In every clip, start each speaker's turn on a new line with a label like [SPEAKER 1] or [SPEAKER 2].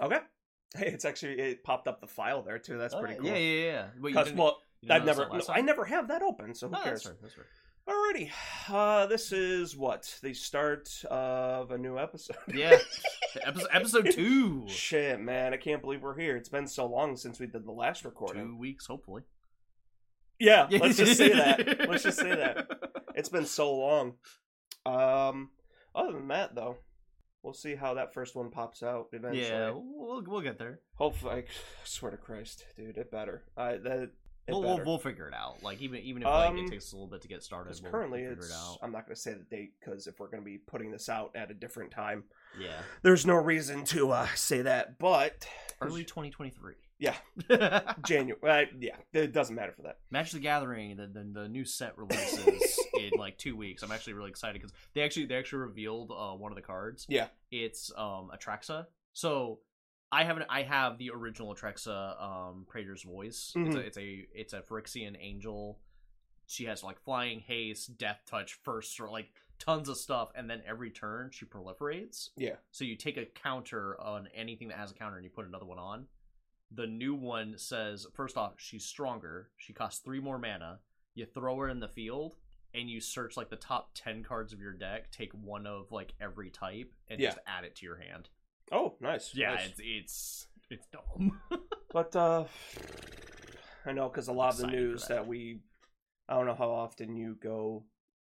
[SPEAKER 1] Okay. Hey, it's actually it popped up the file there too. That's
[SPEAKER 2] Oh,
[SPEAKER 1] pretty
[SPEAKER 2] yeah,
[SPEAKER 1] cool.
[SPEAKER 2] Yeah, yeah, yeah. Wait, you
[SPEAKER 1] Because
[SPEAKER 2] didn't-
[SPEAKER 1] well,
[SPEAKER 2] you didn't
[SPEAKER 1] I've
[SPEAKER 2] notice
[SPEAKER 1] never,
[SPEAKER 2] that last
[SPEAKER 1] no, I
[SPEAKER 2] time?
[SPEAKER 1] never have that open, so who
[SPEAKER 2] No,
[SPEAKER 1] cares?
[SPEAKER 2] that's right. That's right.
[SPEAKER 1] Alrighty, uh, this is what the start of a new episode.
[SPEAKER 2] Yeah. episode, episode two.
[SPEAKER 1] Shit, man, I can't believe we're here. It's been so long since we did the last recording.
[SPEAKER 2] Two weeks, hopefully.
[SPEAKER 1] Yeah, let's just say that. Let's just say that. It's been so long. Um, other than that, though, we'll see how that first one pops out eventually.
[SPEAKER 2] Yeah, we'll, we'll get there.
[SPEAKER 1] Hopefully, I swear to Christ, dude, it better. I that it
[SPEAKER 2] We'll, we'll,
[SPEAKER 1] better.
[SPEAKER 2] we'll figure it out. Like even even if like,
[SPEAKER 1] Um,
[SPEAKER 2] it takes a little bit to get started,
[SPEAKER 1] 'Cause
[SPEAKER 2] we'll,
[SPEAKER 1] currently,
[SPEAKER 2] we'll figure
[SPEAKER 1] it's
[SPEAKER 2] it out.
[SPEAKER 1] I'm not going to say the date because if we're going to be putting this out at a different time,
[SPEAKER 2] Yeah,
[SPEAKER 1] there's no reason to uh, say that. But
[SPEAKER 2] early 2023.
[SPEAKER 1] Yeah.
[SPEAKER 2] Yeah,
[SPEAKER 1] January, uh, yeah, it doesn't matter for that.
[SPEAKER 2] Magic the Gathering. The, the the new set releases in like two weeks. I'm actually really excited because they actually they actually revealed uh, one of the cards.
[SPEAKER 1] Yeah.
[SPEAKER 2] it's um Atraxa. So I haven't I have the original Atraxa um Praetor's voice. It's a
[SPEAKER 1] Mhm.
[SPEAKER 2] it's a it's a Phyrexian angel. She has like flying haste, death touch, first or like tons of stuff, and then every turn she proliferates.
[SPEAKER 1] Yeah.
[SPEAKER 2] So you take a counter on anything that has a counter and you put another one on. The new one says first off, she's stronger. She costs three more mana. You throw her in the field and you search like the top ten cards of your deck, take one of like every type, and
[SPEAKER 1] Yeah.
[SPEAKER 2] just add it to your hand.
[SPEAKER 1] Oh, nice.
[SPEAKER 2] Yeah,
[SPEAKER 1] nice.
[SPEAKER 2] it's it's it's dumb.
[SPEAKER 1] But uh, I know because a lot of the
[SPEAKER 2] Excited for
[SPEAKER 1] news
[SPEAKER 2] that.
[SPEAKER 1] that. we, I don't know how often you go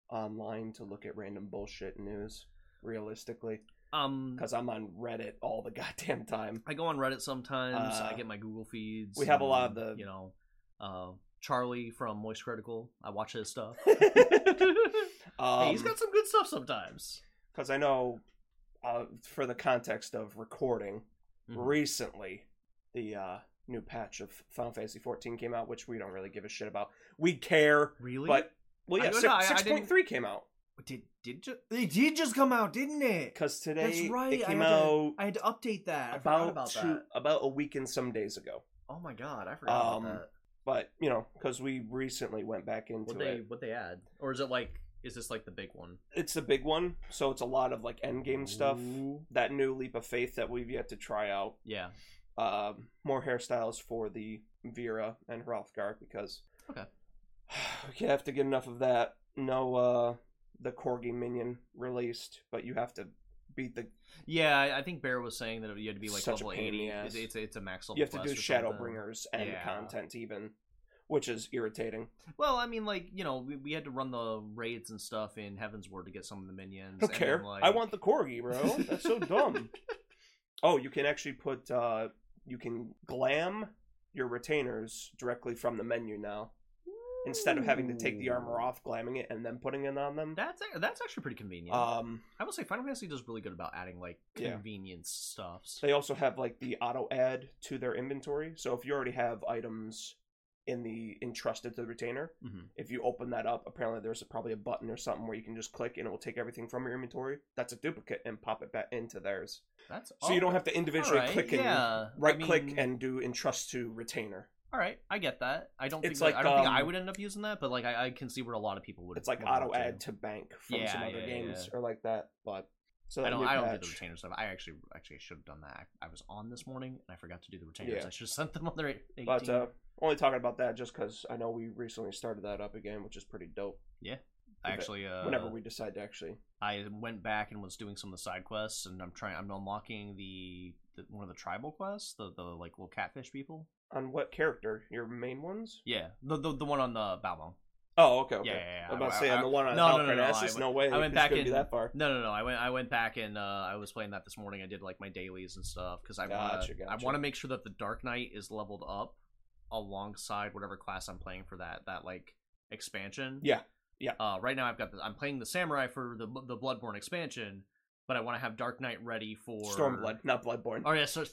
[SPEAKER 1] online to look at random bullshit news. Realistically,
[SPEAKER 2] um
[SPEAKER 1] because I'm on Reddit all the goddamn time.
[SPEAKER 2] I go on Reddit sometimes. I
[SPEAKER 1] Uh,
[SPEAKER 2] get my Google feeds.
[SPEAKER 1] we have a lot of
[SPEAKER 2] and,
[SPEAKER 1] the-
[SPEAKER 2] you know, uh, Charlie from Moist Critical. I watch his stuff. hey,
[SPEAKER 1] Because
[SPEAKER 2] he's got some good stuff sometimes.
[SPEAKER 1] Um, I know, uh, for the context of recording,
[SPEAKER 2] Mhm.
[SPEAKER 1] recently the uh, new patch of Final Fantasy 14 came out, which we don't really give a shit about. We care,
[SPEAKER 2] Really?
[SPEAKER 1] but well,
[SPEAKER 2] I
[SPEAKER 1] yeah,
[SPEAKER 2] don't
[SPEAKER 1] six,
[SPEAKER 2] know, I- I
[SPEAKER 1] six point three came out
[SPEAKER 2] did did ju- they did just come out, didn't it?
[SPEAKER 1] because today
[SPEAKER 2] That's right.
[SPEAKER 1] it
[SPEAKER 2] I
[SPEAKER 1] came
[SPEAKER 2] had to-
[SPEAKER 1] out.
[SPEAKER 2] I had to update that. I forgot
[SPEAKER 1] about,
[SPEAKER 2] about
[SPEAKER 1] two,
[SPEAKER 2] that.
[SPEAKER 1] about a week and some days ago.
[SPEAKER 2] Oh my god, I forgot
[SPEAKER 1] Um,
[SPEAKER 2] about that.
[SPEAKER 1] But you know, because we recently went back into
[SPEAKER 2] What they
[SPEAKER 1] it.
[SPEAKER 2] what they add, or is it like is this like the big one?
[SPEAKER 1] It's the big one, so it's a lot of like end game stuff.
[SPEAKER 2] Ooh.
[SPEAKER 1] That new leap of faith that we've yet to try out.
[SPEAKER 2] Yeah.
[SPEAKER 1] Um, more hairstyles for the Vera and Hrothgar because
[SPEAKER 2] Okay.
[SPEAKER 1] we can't have to get enough of that. No, uh, the corgi minion released, but you have to beat the.
[SPEAKER 2] Yeah, I- I think Bear was saying that you had to be like
[SPEAKER 1] Such a
[SPEAKER 2] level
[SPEAKER 1] pain in the
[SPEAKER 2] eighty.
[SPEAKER 1] ass.
[SPEAKER 2] It's, it's it's a max level.
[SPEAKER 1] You have to
[SPEAKER 2] quest
[SPEAKER 1] do
[SPEAKER 2] or something.
[SPEAKER 1] Shadowbringers and
[SPEAKER 2] Yeah.
[SPEAKER 1] content even, which is irritating.
[SPEAKER 2] Well, I mean, like you know, we, we had to run the raids and stuff in Heaven's Ward to get some of the minions.
[SPEAKER 1] I don't
[SPEAKER 2] and
[SPEAKER 1] care.
[SPEAKER 2] then, like-
[SPEAKER 1] I want the corgi, bro. That's so dumb. Oh, you can actually put uh you can glam your retainers directly from the menu now. Instead of having to take the armor off, glamming it, and then putting it on them.
[SPEAKER 2] That's ac- that's actually pretty convenient.
[SPEAKER 1] Um
[SPEAKER 2] I will say Final Fantasy does really good about adding like
[SPEAKER 1] Yeah.
[SPEAKER 2] convenience stuffs.
[SPEAKER 1] they also have like the auto add to their inventory. So if you already have items in the entrusted to the retainer,
[SPEAKER 2] Mhm.
[SPEAKER 1] if you open that up, apparently there's probably a button or something where you can just click and it will take everything from your inventory. That's a duplicate and pop it back into theirs.
[SPEAKER 2] That's
[SPEAKER 1] So you don't have to individually click and
[SPEAKER 2] Oh, yeah. I
[SPEAKER 1] right click
[SPEAKER 2] mean,
[SPEAKER 1] and do entrust to retainer.
[SPEAKER 2] All right, I get that. I don't think
[SPEAKER 1] It's
[SPEAKER 2] that- I
[SPEAKER 1] like,
[SPEAKER 2] don't think I
[SPEAKER 1] um,
[SPEAKER 2] would end up using that, but like I, I can see where a lot of people would.
[SPEAKER 1] It's like
[SPEAKER 2] would
[SPEAKER 1] auto
[SPEAKER 2] want
[SPEAKER 1] add to bank from
[SPEAKER 2] Yeah,
[SPEAKER 1] some other
[SPEAKER 2] yeah,
[SPEAKER 1] games
[SPEAKER 2] yeah.
[SPEAKER 1] or like that. But so that
[SPEAKER 2] I don't.
[SPEAKER 1] new
[SPEAKER 2] I don't do the
[SPEAKER 1] patch,
[SPEAKER 2] retainer stuff. I actually actually should have done that. I, I was on this morning and I forgot to do the retainers.
[SPEAKER 1] Yeah.
[SPEAKER 2] I should have sent them on their eight- 18.
[SPEAKER 1] But uh, only talking about that just because I know we recently started that up again, which is pretty dope.
[SPEAKER 2] I actually, uh,
[SPEAKER 1] Whenever we decide to actually,
[SPEAKER 2] I went back and was doing some of the side quests, and I'm trying. I'm unlocking the, the one of the tribal quests, the the like little catfish people.
[SPEAKER 1] on what character your main ones?
[SPEAKER 2] Yeah, the the, the one on the Balmong.
[SPEAKER 1] Oh, okay, okay.
[SPEAKER 2] Yeah, yeah, yeah.
[SPEAKER 1] I'm about
[SPEAKER 2] I-
[SPEAKER 1] to say
[SPEAKER 2] I-
[SPEAKER 1] on the one on
[SPEAKER 2] no, no,
[SPEAKER 1] Val
[SPEAKER 2] no, no, I
[SPEAKER 1] Parnassus,
[SPEAKER 2] went-
[SPEAKER 1] no way.
[SPEAKER 2] I went
[SPEAKER 1] it's
[SPEAKER 2] back
[SPEAKER 1] gonna be
[SPEAKER 2] in-
[SPEAKER 1] that far.
[SPEAKER 2] No, no, no. I went. I went back and uh, I was playing that this morning. I did like my dailies and stuff because I want.
[SPEAKER 1] Gotcha,
[SPEAKER 2] to I
[SPEAKER 1] gotcha.
[SPEAKER 2] want to make sure that the Dark Knight is leveled up alongside whatever class I'm playing for that that like expansion.
[SPEAKER 1] Yeah, yeah.
[SPEAKER 2] Uh, right now I've got. The, I'm playing the Samurai for the the Bloodborne expansion, but I want to have Dark Knight ready for
[SPEAKER 1] Stormblood, not Bloodborne.
[SPEAKER 2] Oh yeah, so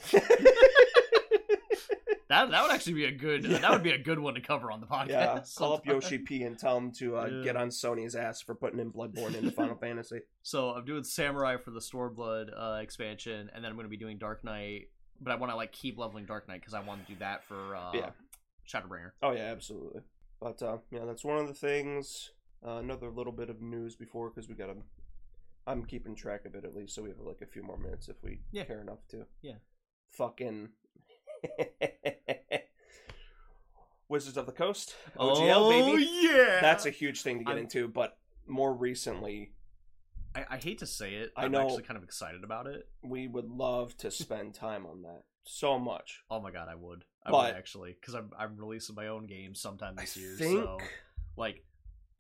[SPEAKER 2] that that would actually be a good.
[SPEAKER 1] Yeah.
[SPEAKER 2] That would be a good one to cover on the podcast.
[SPEAKER 1] yeah, call up
[SPEAKER 2] sometime.
[SPEAKER 1] Yoshi P and tell him to uh,
[SPEAKER 2] Yeah.
[SPEAKER 1] get on Sony's ass for putting in Bloodborne into Final Fantasy.
[SPEAKER 2] So I'm doing Samurai for the Stormblood uh, expansion, and then I'm going to be doing Dark Knight. But I want to like keep leveling Dark Knight because I want to do that for uh,
[SPEAKER 1] Yeah.
[SPEAKER 2] Shadowbringer.
[SPEAKER 1] Oh yeah, absolutely. But uh, yeah, that's one of the things. Uh, another little bit of news before because we got to. I'm keeping track of it at least, so we have like a few more minutes if we
[SPEAKER 2] Yeah.
[SPEAKER 1] care enough to.
[SPEAKER 2] Yeah.
[SPEAKER 1] fucking Wizards of the Coast. OGL,
[SPEAKER 2] oh
[SPEAKER 1] baby.
[SPEAKER 2] yeah,
[SPEAKER 1] That's a huge thing to get
[SPEAKER 2] I'm-
[SPEAKER 1] into, but more recently,
[SPEAKER 2] I, I hate to say it.
[SPEAKER 1] I
[SPEAKER 2] I'm
[SPEAKER 1] know.
[SPEAKER 2] actually kind of excited about it.
[SPEAKER 1] we would love to spend time on that so much.
[SPEAKER 2] Oh my god, I would. I
[SPEAKER 1] But-
[SPEAKER 2] would actually because I'm I'm releasing my own game sometime
[SPEAKER 1] I
[SPEAKER 2] this year.
[SPEAKER 1] think
[SPEAKER 2] So like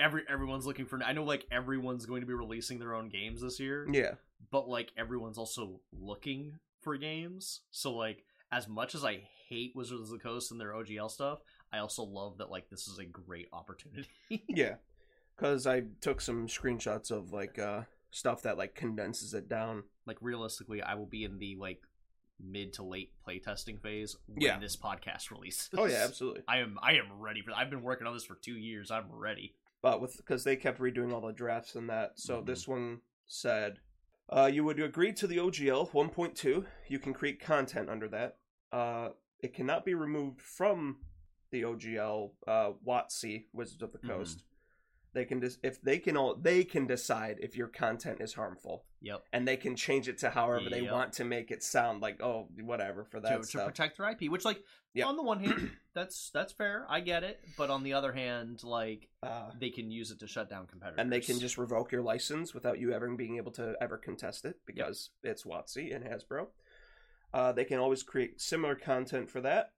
[SPEAKER 2] every everyone's looking for. I know like everyone's going to be releasing their own games this year,
[SPEAKER 1] yeah.
[SPEAKER 2] but like everyone's also looking for games. So like as much as I hate Wizards of the Coast and their OGL stuff, I also love that like this is a great opportunity.
[SPEAKER 1] Yeah, because I took some screenshots of like uh, stuff that like condenses it down.
[SPEAKER 2] like realistically, I will be in the like mid to late playtesting phase when
[SPEAKER 1] Yeah.
[SPEAKER 2] this podcast releases.
[SPEAKER 1] Oh yeah, absolutely.
[SPEAKER 2] I am I am ready for I've been working on this for 2 years. I'm ready.
[SPEAKER 1] But with because they kept redoing all the drafts and that, so
[SPEAKER 2] Mhm.
[SPEAKER 1] this one said, uh, "You would agree to the OGL 1.2. You can create content under that. Uh, it cannot be removed from the OGL uh, WotC Wizards of the
[SPEAKER 2] Mhm.
[SPEAKER 1] Coast. They can dis- if they can all they can decide if your content is harmful."
[SPEAKER 2] Yep.
[SPEAKER 1] And they can change it to however they
[SPEAKER 2] Yep.
[SPEAKER 1] want to make it sound like oh whatever for that
[SPEAKER 2] to, to
[SPEAKER 1] stuff.
[SPEAKER 2] protect their IP, which like
[SPEAKER 1] Yep.
[SPEAKER 2] on the one hand, that's that's fair. I get it, but on the other hand, like
[SPEAKER 1] uh,
[SPEAKER 2] they can use it to shut down competitors.
[SPEAKER 1] and they can just revoke your license without you ever being able to ever contest it because it's WotC and Hasbro. Uh, they can always create similar content for that,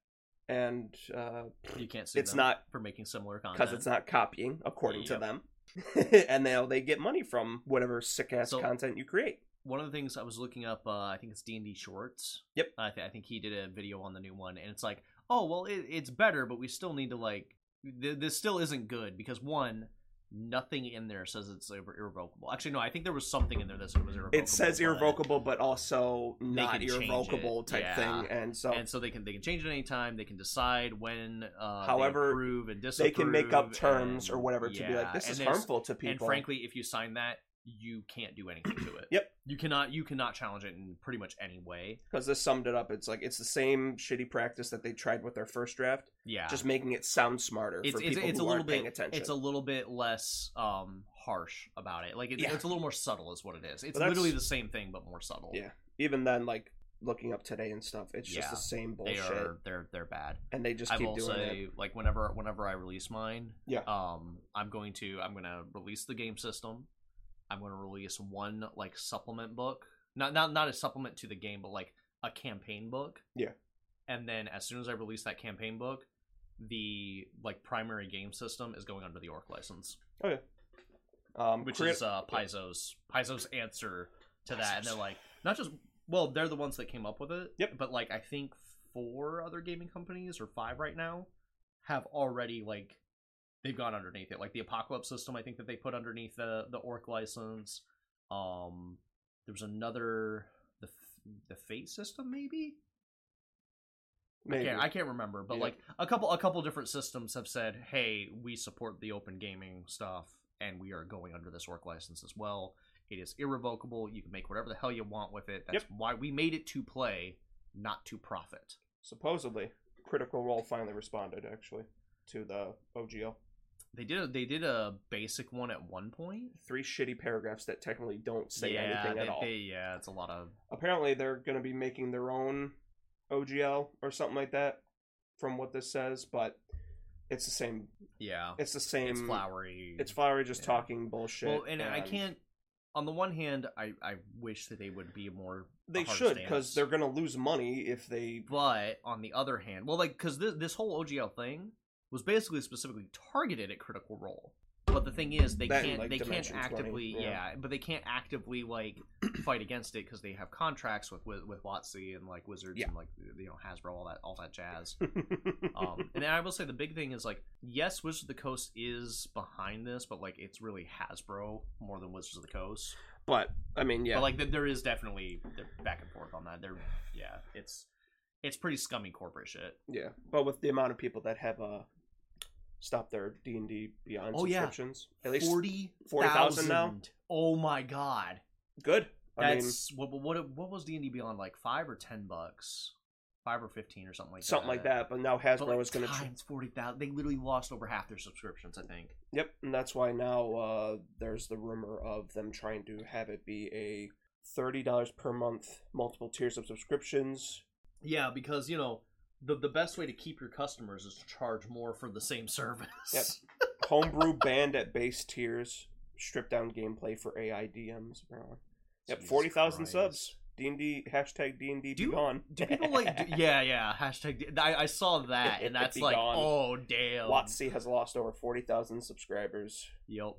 [SPEAKER 1] and uh,
[SPEAKER 2] you can't sue
[SPEAKER 1] it's
[SPEAKER 2] them
[SPEAKER 1] not
[SPEAKER 2] for making similar content.
[SPEAKER 1] because it's not copying according to
[SPEAKER 2] Yep.
[SPEAKER 1] them, and they they get money from whatever sick ass
[SPEAKER 2] So-
[SPEAKER 1] content you create.
[SPEAKER 2] one of the things I was looking up, uh, I think it's D and D Shorts.
[SPEAKER 1] Yep.
[SPEAKER 2] I, th- I think he did a video on the new one, and it's like, oh well, it, it's better, but we still need to like, th- this still isn't good because one, nothing in there says it's irre- irrevocable. Actually, no, I think there was something in there that said it was irrevocable.
[SPEAKER 1] It says
[SPEAKER 2] but-
[SPEAKER 1] irrevocable, but also not
[SPEAKER 2] can change it,
[SPEAKER 1] irrevocable type
[SPEAKER 2] yeah.
[SPEAKER 1] thing, and so.
[SPEAKER 2] and so they can they can change it anytime. They can decide when. Uh,
[SPEAKER 1] However,
[SPEAKER 2] they approve and
[SPEAKER 1] they
[SPEAKER 2] disapprove.
[SPEAKER 1] can make up terms
[SPEAKER 2] and-
[SPEAKER 1] or whatever to be
[SPEAKER 2] yeah,
[SPEAKER 1] like, this
[SPEAKER 2] and
[SPEAKER 1] is
[SPEAKER 2] there's-
[SPEAKER 1] harmful to people.
[SPEAKER 2] And frankly, if you sign that, you can't do anything to it.
[SPEAKER 1] Yep.
[SPEAKER 2] You cannot you cannot challenge it in pretty much any way.
[SPEAKER 1] because this summed it up. It's like it's the same shitty practice that they tried with their first draft,
[SPEAKER 2] Yeah.
[SPEAKER 1] just making it sound smarter
[SPEAKER 2] it's
[SPEAKER 1] for
[SPEAKER 2] it's,
[SPEAKER 1] people
[SPEAKER 2] it's
[SPEAKER 1] who
[SPEAKER 2] a little
[SPEAKER 1] aren't paying
[SPEAKER 2] bit
[SPEAKER 1] attention.
[SPEAKER 2] it's a little bit less um harsh about it. Like it,
[SPEAKER 1] Yeah.
[SPEAKER 2] it's a little more subtle is what it is. It's
[SPEAKER 1] that's-
[SPEAKER 2] literally the same thing but more subtle.
[SPEAKER 1] Yeah, even then, like looking up today and stuff, it's just
[SPEAKER 2] Yeah.
[SPEAKER 1] the same
[SPEAKER 2] They
[SPEAKER 1] bullshit,
[SPEAKER 2] are they're they're bad.
[SPEAKER 1] and they just
[SPEAKER 2] I
[SPEAKER 1] keep
[SPEAKER 2] will
[SPEAKER 1] doing
[SPEAKER 2] say, like whenever whenever I release mine,
[SPEAKER 1] Yeah.
[SPEAKER 2] um, I'm going to I'm gonna release the game system. I'm gonna release one like supplement book, not not not a supplement to the game, but like a campaign book.
[SPEAKER 1] Yeah.
[SPEAKER 2] And then as soon as I release that campaign book, the like primary game system is going under the orc license,
[SPEAKER 1] it. Um,
[SPEAKER 2] which
[SPEAKER 1] crit-
[SPEAKER 2] is uh, Paizo's Paizo's answer to that, and they're like not just well they're the ones that came up with it
[SPEAKER 1] Yep.
[SPEAKER 2] but like i think four other gaming companies or five right now have already like they've gone underneath it like the apocalypse system i think that they put underneath the the orc license um there's another the F- the fate system maybe
[SPEAKER 1] maybe.
[SPEAKER 2] yeah, I can't remember, but
[SPEAKER 1] Yeah.
[SPEAKER 2] like a couple a couple different systems have said, "Hey, we support the open gaming stuff, and we are going under this work license as well. It is irrevocable. You can make whatever the hell you want with it. That's why we made it to play, not to profit."
[SPEAKER 1] Supposedly, Critical Role finally responded actually to the OGL.
[SPEAKER 2] They did a, they did a basic one at one point.
[SPEAKER 1] Three shitty paragraphs that technically don't say
[SPEAKER 2] yeah,
[SPEAKER 1] anything
[SPEAKER 2] they,
[SPEAKER 1] at all.
[SPEAKER 2] they- yeah, it's a lot of
[SPEAKER 1] Apparently, they're going to be making their own OGL or something like that, from what this says. But it's the same
[SPEAKER 2] yeah.
[SPEAKER 1] It's the same.
[SPEAKER 2] It's flowery.
[SPEAKER 1] It's flowery, just
[SPEAKER 2] Yeah.
[SPEAKER 1] talking bullshit.
[SPEAKER 2] well, and I can't. On the one hand, I I wish that they would be more.
[SPEAKER 1] They
[SPEAKER 2] hard
[SPEAKER 1] should because
[SPEAKER 2] stance.
[SPEAKER 1] they're gonna lose money if they.
[SPEAKER 2] But on the other hand, well, like because this this whole OGL thing was basically specifically targeted at Critical Role. But the thing is, they
[SPEAKER 1] That and,
[SPEAKER 2] can't
[SPEAKER 1] like,
[SPEAKER 2] they can't
[SPEAKER 1] Dimension 20,
[SPEAKER 2] actively
[SPEAKER 1] yeah.
[SPEAKER 2] yeah. but they can't actively like fight against it because they have contracts with with, with WotC and like Wizards
[SPEAKER 1] Yeah.
[SPEAKER 2] and like you know Hasbro all that all that jazz. Um, and I will say the big thing is like yes, Wizards of the Coast is behind this, but like it's really Hasbro more than Wizards of the Coast.
[SPEAKER 1] but I mean, yeah,
[SPEAKER 2] But like th- there is definitely back and forth on that. There, yeah, it's it's pretty scummy corporate shit.
[SPEAKER 1] yeah. But with the amount of people that have uh, stopped their D and D Beyond
[SPEAKER 2] Oh, yeah.
[SPEAKER 1] subscriptions, at least
[SPEAKER 2] 40
[SPEAKER 1] 40,000 now?
[SPEAKER 2] Oh my god.
[SPEAKER 1] good. I mean,
[SPEAKER 2] That's what what what was D&D Beyond like 5 or 10 bucks? 5 or 15 or something like
[SPEAKER 1] something
[SPEAKER 2] that.
[SPEAKER 1] like that. But now Hasbro
[SPEAKER 2] oh But like
[SPEAKER 1] is gonna. tr-
[SPEAKER 2] times 40,000. They literally lost over half their subscriptions, I think.
[SPEAKER 1] Yep, and that's why now uh, there's the rumor of them trying to have it be a thirty dollars per month, multiple tiers of subscriptions,
[SPEAKER 2] Yeah, because you know the the best way to keep your customers is to charge more for the same service.
[SPEAKER 1] Yep. Homebrew banned at base tiers. Stripped down gameplay for AI DMs. Apparently. Yep,
[SPEAKER 2] Jesus
[SPEAKER 1] forty thousand
[SPEAKER 2] Christ.
[SPEAKER 1] subs. D and D hashtag D and D be
[SPEAKER 2] Do-
[SPEAKER 1] gone.
[SPEAKER 2] Do people like? do- yeah, yeah. Hashtag. I, I saw that, and that's
[SPEAKER 1] Be
[SPEAKER 2] like,
[SPEAKER 1] gone.
[SPEAKER 2] oh damn.
[SPEAKER 1] Watsy has lost over forty thousand subscribers.
[SPEAKER 2] Yep.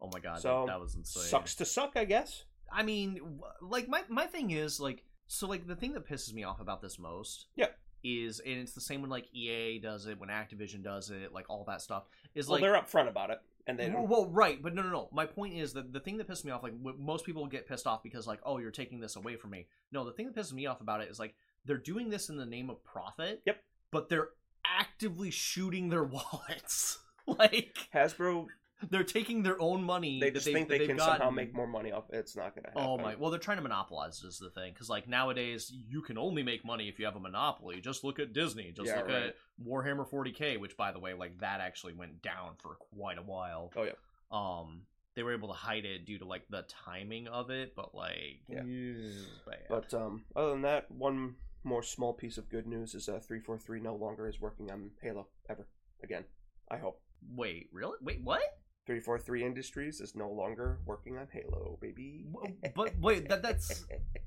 [SPEAKER 2] Oh my god,
[SPEAKER 1] So,
[SPEAKER 2] that, that was insane.
[SPEAKER 1] Sucks to suck, I guess.
[SPEAKER 2] I mean, w- like my my thing is like so like the thing that pisses me off about this most.
[SPEAKER 1] Yeah.
[SPEAKER 2] Is and it's the same when like EA does it, when Activision does it, like all that stuff. Is
[SPEAKER 1] well,
[SPEAKER 2] like
[SPEAKER 1] they're upfront about it, and they
[SPEAKER 2] Well,
[SPEAKER 1] don't.
[SPEAKER 2] well, right, but no, no, no. My point is that the thing that pissed me off, like wh- most people get pissed off because, like, oh, you're taking this away from me. No, the thing that pisses me off about it is like they're doing this in the name of profit.
[SPEAKER 1] Yep.
[SPEAKER 2] But they're actively shooting their wallets. like
[SPEAKER 1] Hasbro,
[SPEAKER 2] they're taking their own money.
[SPEAKER 1] they
[SPEAKER 2] that
[SPEAKER 1] just
[SPEAKER 2] they,
[SPEAKER 1] think
[SPEAKER 2] that
[SPEAKER 1] they
[SPEAKER 2] they've
[SPEAKER 1] can somehow
[SPEAKER 2] gotten.
[SPEAKER 1] make more money off. it. It's not going to happen.
[SPEAKER 2] Oh my! Well, they're trying to monopolize is the thing because like nowadays you can only make money if you have a monopoly. Just look at Disney. Just
[SPEAKER 1] Yeah,
[SPEAKER 2] look
[SPEAKER 1] right.
[SPEAKER 2] at Warhammer 40k, which by the way, like that actually went down for quite a while.
[SPEAKER 1] Oh, yeah.
[SPEAKER 2] Um, they were able to hide it due to like the timing of it, but like
[SPEAKER 1] Yeah.
[SPEAKER 2] it's bad.
[SPEAKER 1] But um, other than that, one more small piece of good news is uh, 343 no longer is working on Halo ever again. I hope.
[SPEAKER 2] wait, really? Wait, what?
[SPEAKER 1] 343 Industries is no longer working on Halo, baby.
[SPEAKER 2] W- but wait, that that's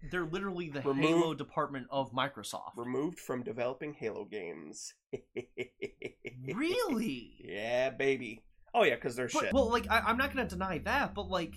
[SPEAKER 2] they're literally the
[SPEAKER 1] Remove-
[SPEAKER 2] Halo department of Microsoft.
[SPEAKER 1] Removed from developing Halo games.
[SPEAKER 2] really?
[SPEAKER 1] Yeah, baby. Oh, yeah, because they're
[SPEAKER 2] But,
[SPEAKER 1] shit.
[SPEAKER 2] well, like I, I'm not gonna deny that, but like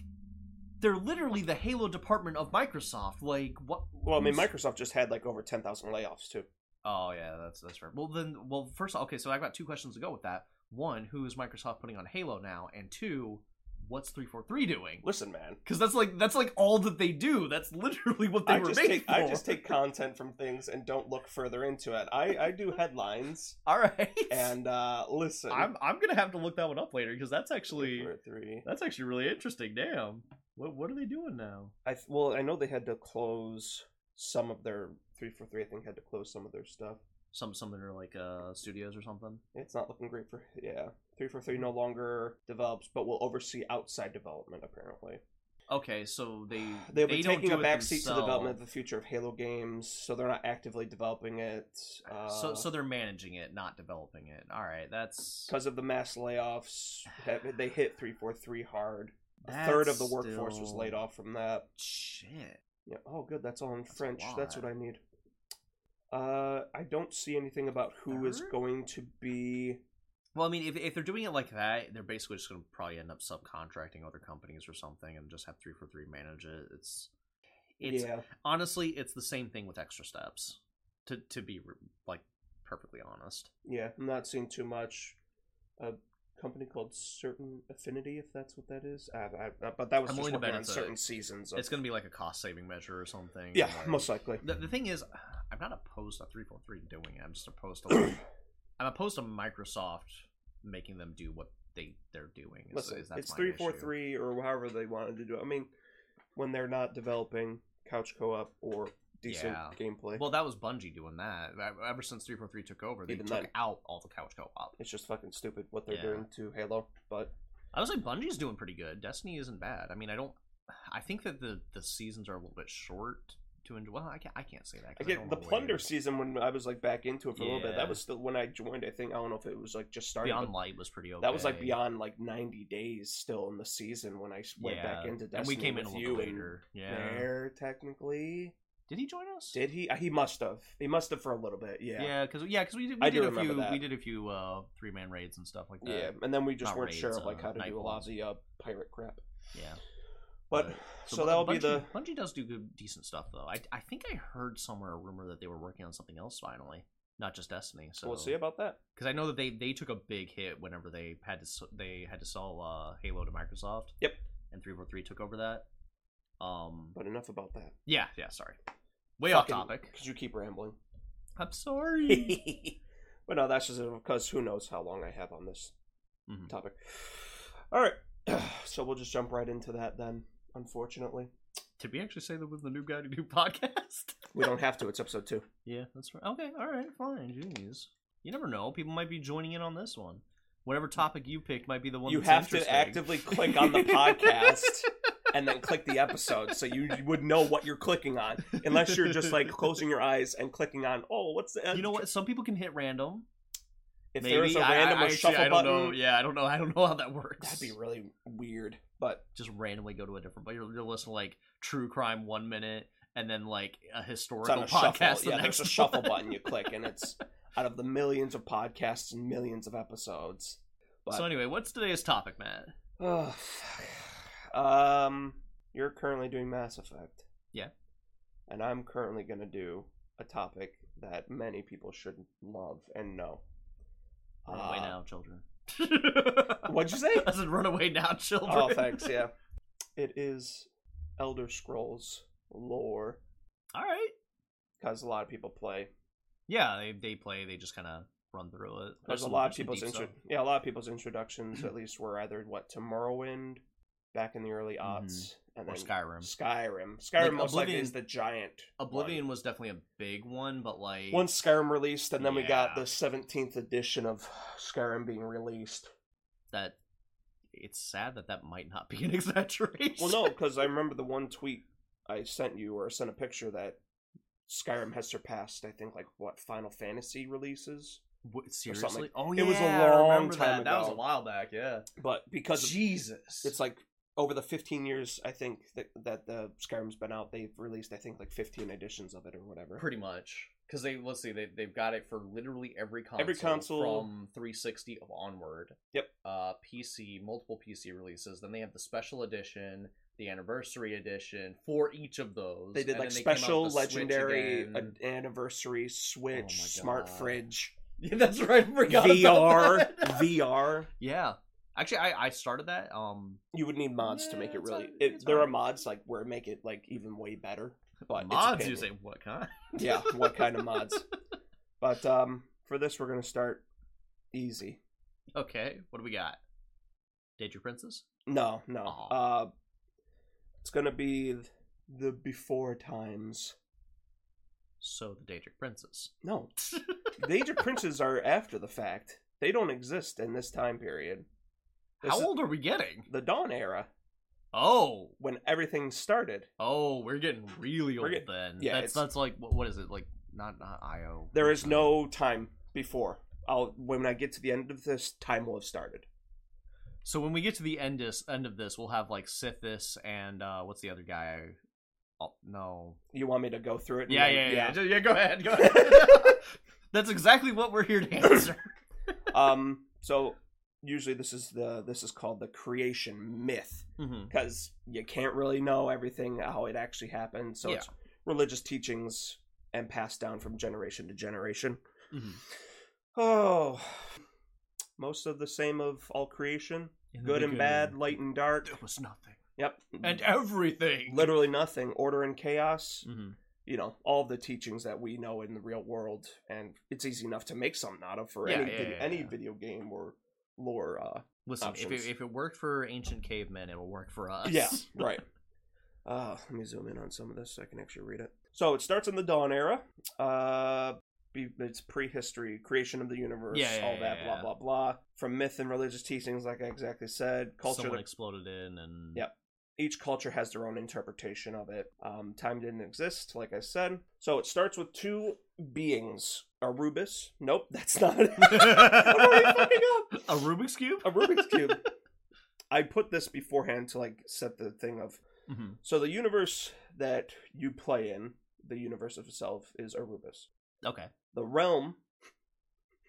[SPEAKER 2] they're literally the Halo department of Microsoft. Like what?
[SPEAKER 1] well, I mean,
[SPEAKER 2] who's-
[SPEAKER 1] Microsoft just had like over 10,000 layoffs, too.
[SPEAKER 2] Oh yeah, that's that's fair. Well then, well first, okay, so I've got two questions to go with that. One, who is Microsoft putting on Halo now? And two, what's three four three doing?
[SPEAKER 1] Listen, man.
[SPEAKER 2] Because that's like that's like all that they do. That's literally what they
[SPEAKER 1] I
[SPEAKER 2] were
[SPEAKER 1] just,
[SPEAKER 2] made
[SPEAKER 1] take,
[SPEAKER 2] for.
[SPEAKER 1] I just take content from things and don't look further into it. I, I do headlines
[SPEAKER 2] all right.
[SPEAKER 1] and uh, listen.
[SPEAKER 2] I'm I'm gonna have to look that one up later because that's actually
[SPEAKER 1] 343.
[SPEAKER 2] that's actually really interesting. Damn, what what are they doing now?
[SPEAKER 1] I th- well, I know they had to close some of their three for three. I think had to close some of their stuff.
[SPEAKER 2] Some some that are like uh studios or something.
[SPEAKER 1] It's not looking great for yeah. Three for three no longer develops, but will oversee outside development. Apparently,
[SPEAKER 2] Okay, so they
[SPEAKER 1] they'll
[SPEAKER 2] they
[SPEAKER 1] be
[SPEAKER 2] don't
[SPEAKER 1] taking
[SPEAKER 2] do
[SPEAKER 1] a
[SPEAKER 2] it
[SPEAKER 1] backseat to the
[SPEAKER 2] themselves.
[SPEAKER 1] development of the future of Halo games, so they're not actively developing it. Uh,
[SPEAKER 2] so so they're managing it, not developing it. All right, that's
[SPEAKER 1] because of the mass layoffs, ha- they hit three four three hard. A third of the
[SPEAKER 2] that's
[SPEAKER 1] workforce was
[SPEAKER 2] still-
[SPEAKER 1] laid off from that.
[SPEAKER 2] Shit.
[SPEAKER 1] Yeah. Oh, good. That's all in
[SPEAKER 2] a
[SPEAKER 1] French. That's
[SPEAKER 2] lot.
[SPEAKER 1] what I need. Uh, I don't see anything about who is
[SPEAKER 2] Third?
[SPEAKER 1] going to be.
[SPEAKER 2] Well, I mean, if, if they're doing it like that, they're basically just going to probably end up subcontracting other companies or something and just have three for three manage it. It's it's
[SPEAKER 1] yeah.
[SPEAKER 2] honestly, it's the same thing with extra steps. To to be like perfectly honest.
[SPEAKER 1] Yeah. I'm not seeing too much. A company called Certain Affinity, if that's what that is. Uh, I, uh, but that was
[SPEAKER 2] I'm
[SPEAKER 1] just
[SPEAKER 2] willing to
[SPEAKER 1] working
[SPEAKER 2] bet
[SPEAKER 1] on
[SPEAKER 2] it's a-
[SPEAKER 1] certain seasons. Of,
[SPEAKER 2] It's going to be like a cost saving measure or something.
[SPEAKER 1] yeah,
[SPEAKER 2] like-
[SPEAKER 1] most likely.
[SPEAKER 2] The, the thing is, I'm not opposed to 343 doing it. I'm just opposed to like, I'm opposed to Microsoft making them do what they they're doing. is-
[SPEAKER 1] Listen,
[SPEAKER 2] is- that's
[SPEAKER 1] it's
[SPEAKER 2] my
[SPEAKER 1] three
[SPEAKER 2] issue.
[SPEAKER 1] four three or however they wanted to do. it. I mean, when they're not developing couch co-op or decent
[SPEAKER 2] Yeah.
[SPEAKER 1] gameplay,
[SPEAKER 2] Well, that was Bungie doing that. E- Ever since 343 took over, they
[SPEAKER 1] Even
[SPEAKER 2] took
[SPEAKER 1] then.
[SPEAKER 2] out all the couch co-op.
[SPEAKER 1] it's just fucking stupid what they're
[SPEAKER 2] Yeah.
[SPEAKER 1] doing to Halo. But
[SPEAKER 2] I was like, Bungie's doing pretty good. Destiny isn't bad. I mean, I don't. I think that the the seasons are a little bit short to enjoy. Well, I can't I can't say that. 'cause
[SPEAKER 1] I
[SPEAKER 2] I don't
[SPEAKER 1] get the
[SPEAKER 2] know
[SPEAKER 1] plunder
[SPEAKER 2] where-
[SPEAKER 1] season when I was like back into it for a little bit.
[SPEAKER 2] Yeah.
[SPEAKER 1] That was still when I joined. I think I don't know if it was like just starting.
[SPEAKER 2] Beyond
[SPEAKER 1] but
[SPEAKER 2] Light was pretty okay.
[SPEAKER 1] That was like beyond like ninety days still in the season when I s- went back
[SPEAKER 2] Yeah.
[SPEAKER 1] into Destiny.
[SPEAKER 2] and we came in a
[SPEAKER 1] with
[SPEAKER 2] little
[SPEAKER 1] you
[SPEAKER 2] bit
[SPEAKER 1] and
[SPEAKER 2] later. Yeah.
[SPEAKER 1] There technically
[SPEAKER 2] Did he join us?
[SPEAKER 1] did he? Uh, He must have. He must have for a little bit. Yeah.
[SPEAKER 2] Yeah, because yeah, 'cause we did,
[SPEAKER 1] I
[SPEAKER 2] we
[SPEAKER 1] do
[SPEAKER 2] did a
[SPEAKER 1] remember
[SPEAKER 2] few
[SPEAKER 1] that.
[SPEAKER 2] we did a few uh, three man raids and stuff like that.
[SPEAKER 1] Yeah, and then we just
[SPEAKER 2] Not
[SPEAKER 1] weren't sure
[SPEAKER 2] raids,
[SPEAKER 1] of like
[SPEAKER 2] uh,
[SPEAKER 1] how to do a lot of
[SPEAKER 2] nightfalls.
[SPEAKER 1] the uh, pirate crap.
[SPEAKER 2] yeah.
[SPEAKER 1] But
[SPEAKER 2] But-
[SPEAKER 1] so,
[SPEAKER 2] Bu-
[SPEAKER 1] that'll be
[SPEAKER 2] Bungie-
[SPEAKER 1] the
[SPEAKER 2] Bungie does do good, decent stuff though. I, I think I heard somewhere a rumor that they were working on something else finally, not just Destiny. So
[SPEAKER 1] we'll see about that.
[SPEAKER 2] because I know that they they took a big hit whenever they had to s- they had to sell uh, Halo to Microsoft.
[SPEAKER 1] Yep.
[SPEAKER 2] And three four three took over that. Um.
[SPEAKER 1] But enough about that.
[SPEAKER 2] yeah. Yeah. Sorry. Way off topic.
[SPEAKER 1] because you keep rambling.
[SPEAKER 2] I'm sorry.
[SPEAKER 1] but no, that's just because who knows how long I have on this
[SPEAKER 2] Mhm.
[SPEAKER 1] topic. All right, so we'll just jump right into that then. Unfortunately,
[SPEAKER 2] Did we actually say that was the new guy to do podcast?
[SPEAKER 1] we don't have to. It's episode two.
[SPEAKER 2] Yeah, that's right. Okay, all right, fine. Jeez, you never know. People might be joining in on this one. Whatever topic you picked might be the one.
[SPEAKER 1] you
[SPEAKER 2] that's
[SPEAKER 1] have to
[SPEAKER 2] interesting.
[SPEAKER 1] actively click on the podcast and then click the episode so you would know what you're clicking on unless you're just like closing your eyes and clicking on oh what's the
[SPEAKER 2] You know what? Some people can hit random.
[SPEAKER 1] if
[SPEAKER 2] maybe.
[SPEAKER 1] there's a
[SPEAKER 2] I- I-
[SPEAKER 1] random
[SPEAKER 2] I,
[SPEAKER 1] or
[SPEAKER 2] actually-
[SPEAKER 1] shuffle
[SPEAKER 2] I don't
[SPEAKER 1] button
[SPEAKER 2] Know. Yeah, I don't know. I don't know how that works.
[SPEAKER 1] that'd be really weird but
[SPEAKER 2] just randomly go to a different. But you're, you're listening to like true crime one minute, and then like a
[SPEAKER 1] it's on
[SPEAKER 2] historical
[SPEAKER 1] a
[SPEAKER 2] podcast.
[SPEAKER 1] shuffle
[SPEAKER 2] The
[SPEAKER 1] yeah
[SPEAKER 2] next
[SPEAKER 1] there's a shuffle
[SPEAKER 2] one.
[SPEAKER 1] button you click and it's out of the millions of podcasts and millions of episodes
[SPEAKER 2] So anyway, what's today's topic, Matt?
[SPEAKER 1] Oh, fuck. Um, you're currently doing Mass Effect.
[SPEAKER 2] Yeah.
[SPEAKER 1] And I'm currently going to do a topic that many people should love and know.
[SPEAKER 2] Run away now, children.
[SPEAKER 1] Uh, What'd you say?
[SPEAKER 2] I said, "Run away now, children."
[SPEAKER 1] oh, thanks. Yeah. It is Elder Scrolls lore
[SPEAKER 2] All right.
[SPEAKER 1] because a lot of people play.
[SPEAKER 2] Yeah, they they play. They just kind of run through it.
[SPEAKER 1] There's a
[SPEAKER 2] some-
[SPEAKER 1] lot of
[SPEAKER 2] some
[SPEAKER 1] people's
[SPEAKER 2] deep
[SPEAKER 1] intro-
[SPEAKER 2] stuff.
[SPEAKER 1] yeah, a lot of people's introductions at least were either what to Morrowind back in the early aughts and
[SPEAKER 2] Mm-hmm. or
[SPEAKER 1] then
[SPEAKER 2] Skyrim.
[SPEAKER 1] Skyrim. Skyrim
[SPEAKER 2] Like,
[SPEAKER 1] most likely
[SPEAKER 2] Oblivion-
[SPEAKER 1] is the giant one.
[SPEAKER 2] Oblivion was definitely a big one, but like
[SPEAKER 1] once Skyrim released, and then we got
[SPEAKER 2] Yeah.
[SPEAKER 1] the 17th edition of Skyrim being released.
[SPEAKER 2] that, it's sad that that might not be an exaggeration.
[SPEAKER 1] Well, no, because I remember the one tweet I sent you or sent a picture that Skyrim has surpassed, I think, like what Final Fantasy releases.
[SPEAKER 2] What,
[SPEAKER 1] something
[SPEAKER 2] seriously?
[SPEAKER 1] like-
[SPEAKER 2] oh, yeah.
[SPEAKER 1] It was a
[SPEAKER 2] I
[SPEAKER 1] long
[SPEAKER 2] remember
[SPEAKER 1] time
[SPEAKER 2] that. That was a
[SPEAKER 1] ago.
[SPEAKER 2] while back, yeah.
[SPEAKER 1] But because of,
[SPEAKER 2] Jesus.
[SPEAKER 1] it's like over the 15 years, I think that that the Skyrim's been out, they've released I think like 15 editions of it or whatever.
[SPEAKER 2] pretty much because they let's see they they've got it for literally every console,
[SPEAKER 1] Every console.
[SPEAKER 2] from 360 of onward.
[SPEAKER 1] Yep.
[SPEAKER 2] Uh, PC multiple PC releases. Then they have the special edition, the anniversary edition for each of those.
[SPEAKER 1] they did
[SPEAKER 2] and
[SPEAKER 1] like
[SPEAKER 2] then came out with
[SPEAKER 1] special,
[SPEAKER 2] the Switch
[SPEAKER 1] legendary, uh,
[SPEAKER 2] again. Oh
[SPEAKER 1] an- anniversary, Switch,
[SPEAKER 2] my
[SPEAKER 1] smart
[SPEAKER 2] God.
[SPEAKER 1] fridge,
[SPEAKER 2] yeah, that's right. I forgot
[SPEAKER 1] VR,
[SPEAKER 2] about that.
[SPEAKER 1] VR.
[SPEAKER 2] yeah. Actually, I I started that. Um,
[SPEAKER 1] You would need mods to
[SPEAKER 2] Yeah,
[SPEAKER 1] make it
[SPEAKER 2] it's
[SPEAKER 1] really.
[SPEAKER 2] all- it's
[SPEAKER 1] it, there are
[SPEAKER 2] alright.
[SPEAKER 1] mods like where it make it like even way better. But it's
[SPEAKER 2] mods. You
[SPEAKER 1] opinion.
[SPEAKER 2] say what kind?
[SPEAKER 1] yeah, what kind of mods? But um, for this we're gonna start easy.
[SPEAKER 2] Okay, what do we got? Daedra Princess.
[SPEAKER 1] No, no.
[SPEAKER 2] Aw.
[SPEAKER 1] Uh, it's gonna be th- the before times.
[SPEAKER 2] So the Daedric Princess.
[SPEAKER 1] No, the Age of Princes are after the fact. They don't exist in this time period. This
[SPEAKER 2] How
[SPEAKER 1] is
[SPEAKER 2] old are we getting?
[SPEAKER 1] The Dawn Era,
[SPEAKER 2] Oh,
[SPEAKER 1] when everything started.
[SPEAKER 2] oh, we're getting really
[SPEAKER 1] We're
[SPEAKER 2] old
[SPEAKER 1] get-
[SPEAKER 2] then.
[SPEAKER 1] yeah, it's-
[SPEAKER 2] that's that's like what, what is it like? Not not Io.
[SPEAKER 1] There is no time before. I'll when I get to the end of this, time will have started.
[SPEAKER 2] So when we get to the end is, end of this, we'll have like Sithis and uh, what's the other guy? Oh, no.
[SPEAKER 1] You want me to go through it? and
[SPEAKER 2] Yeah,
[SPEAKER 1] then-
[SPEAKER 2] yeah, yeah, yeah. Ju- yeah, Go ahead. Go ahead. that's exactly what we're here to answer.
[SPEAKER 1] um, so usually this is the this is called the creation myth
[SPEAKER 2] mm-hmm.
[SPEAKER 1] because you can't really know everything how it actually happened. So it's religious teachings and passed down from generation to generation.
[SPEAKER 2] Mm-hmm.
[SPEAKER 1] Oh, most of the same of all creation, good and bad, light and Mm. dark.
[SPEAKER 2] There was nothing
[SPEAKER 1] Yep,
[SPEAKER 2] and everything.
[SPEAKER 1] literally nothing. Order and chaos.
[SPEAKER 2] Mhm.
[SPEAKER 1] you know all the teachings that we know in the real world and it's easy enough to make something out of for
[SPEAKER 2] Yeah,
[SPEAKER 1] any
[SPEAKER 2] yeah,
[SPEAKER 1] vid-
[SPEAKER 2] yeah,
[SPEAKER 1] any
[SPEAKER 2] yeah.
[SPEAKER 1] video game or lore uh
[SPEAKER 2] Listen, if
[SPEAKER 1] Options.
[SPEAKER 2] it, if it worked for ancient cavemen, it'll work for us.
[SPEAKER 1] yeah right uh let me zoom in on some of this so i can actually read it so it starts in the dawn era uh be- it's prehistory creation of the universe
[SPEAKER 2] Yeah, yeah,
[SPEAKER 1] all
[SPEAKER 2] yeah,
[SPEAKER 1] that
[SPEAKER 2] yeah,
[SPEAKER 1] blah
[SPEAKER 2] yeah.
[SPEAKER 1] blah blah from myth and religious teachings like i exactly said culture
[SPEAKER 2] Someone
[SPEAKER 1] that-
[SPEAKER 2] exploded in and
[SPEAKER 1] Yep. each culture has their own interpretation of it. Um, time didn't exist, like I said. So it starts with two beings. Arubis. Nope, that's not it. I'm already fucking up.
[SPEAKER 2] A Rubik's cube?
[SPEAKER 1] A Rubik's Cube. I put this beforehand to like set the thing of
[SPEAKER 2] Mm-hmm.
[SPEAKER 1] so the universe that you play in, the universe of itself is Arubis.
[SPEAKER 2] Okay.
[SPEAKER 1] The realm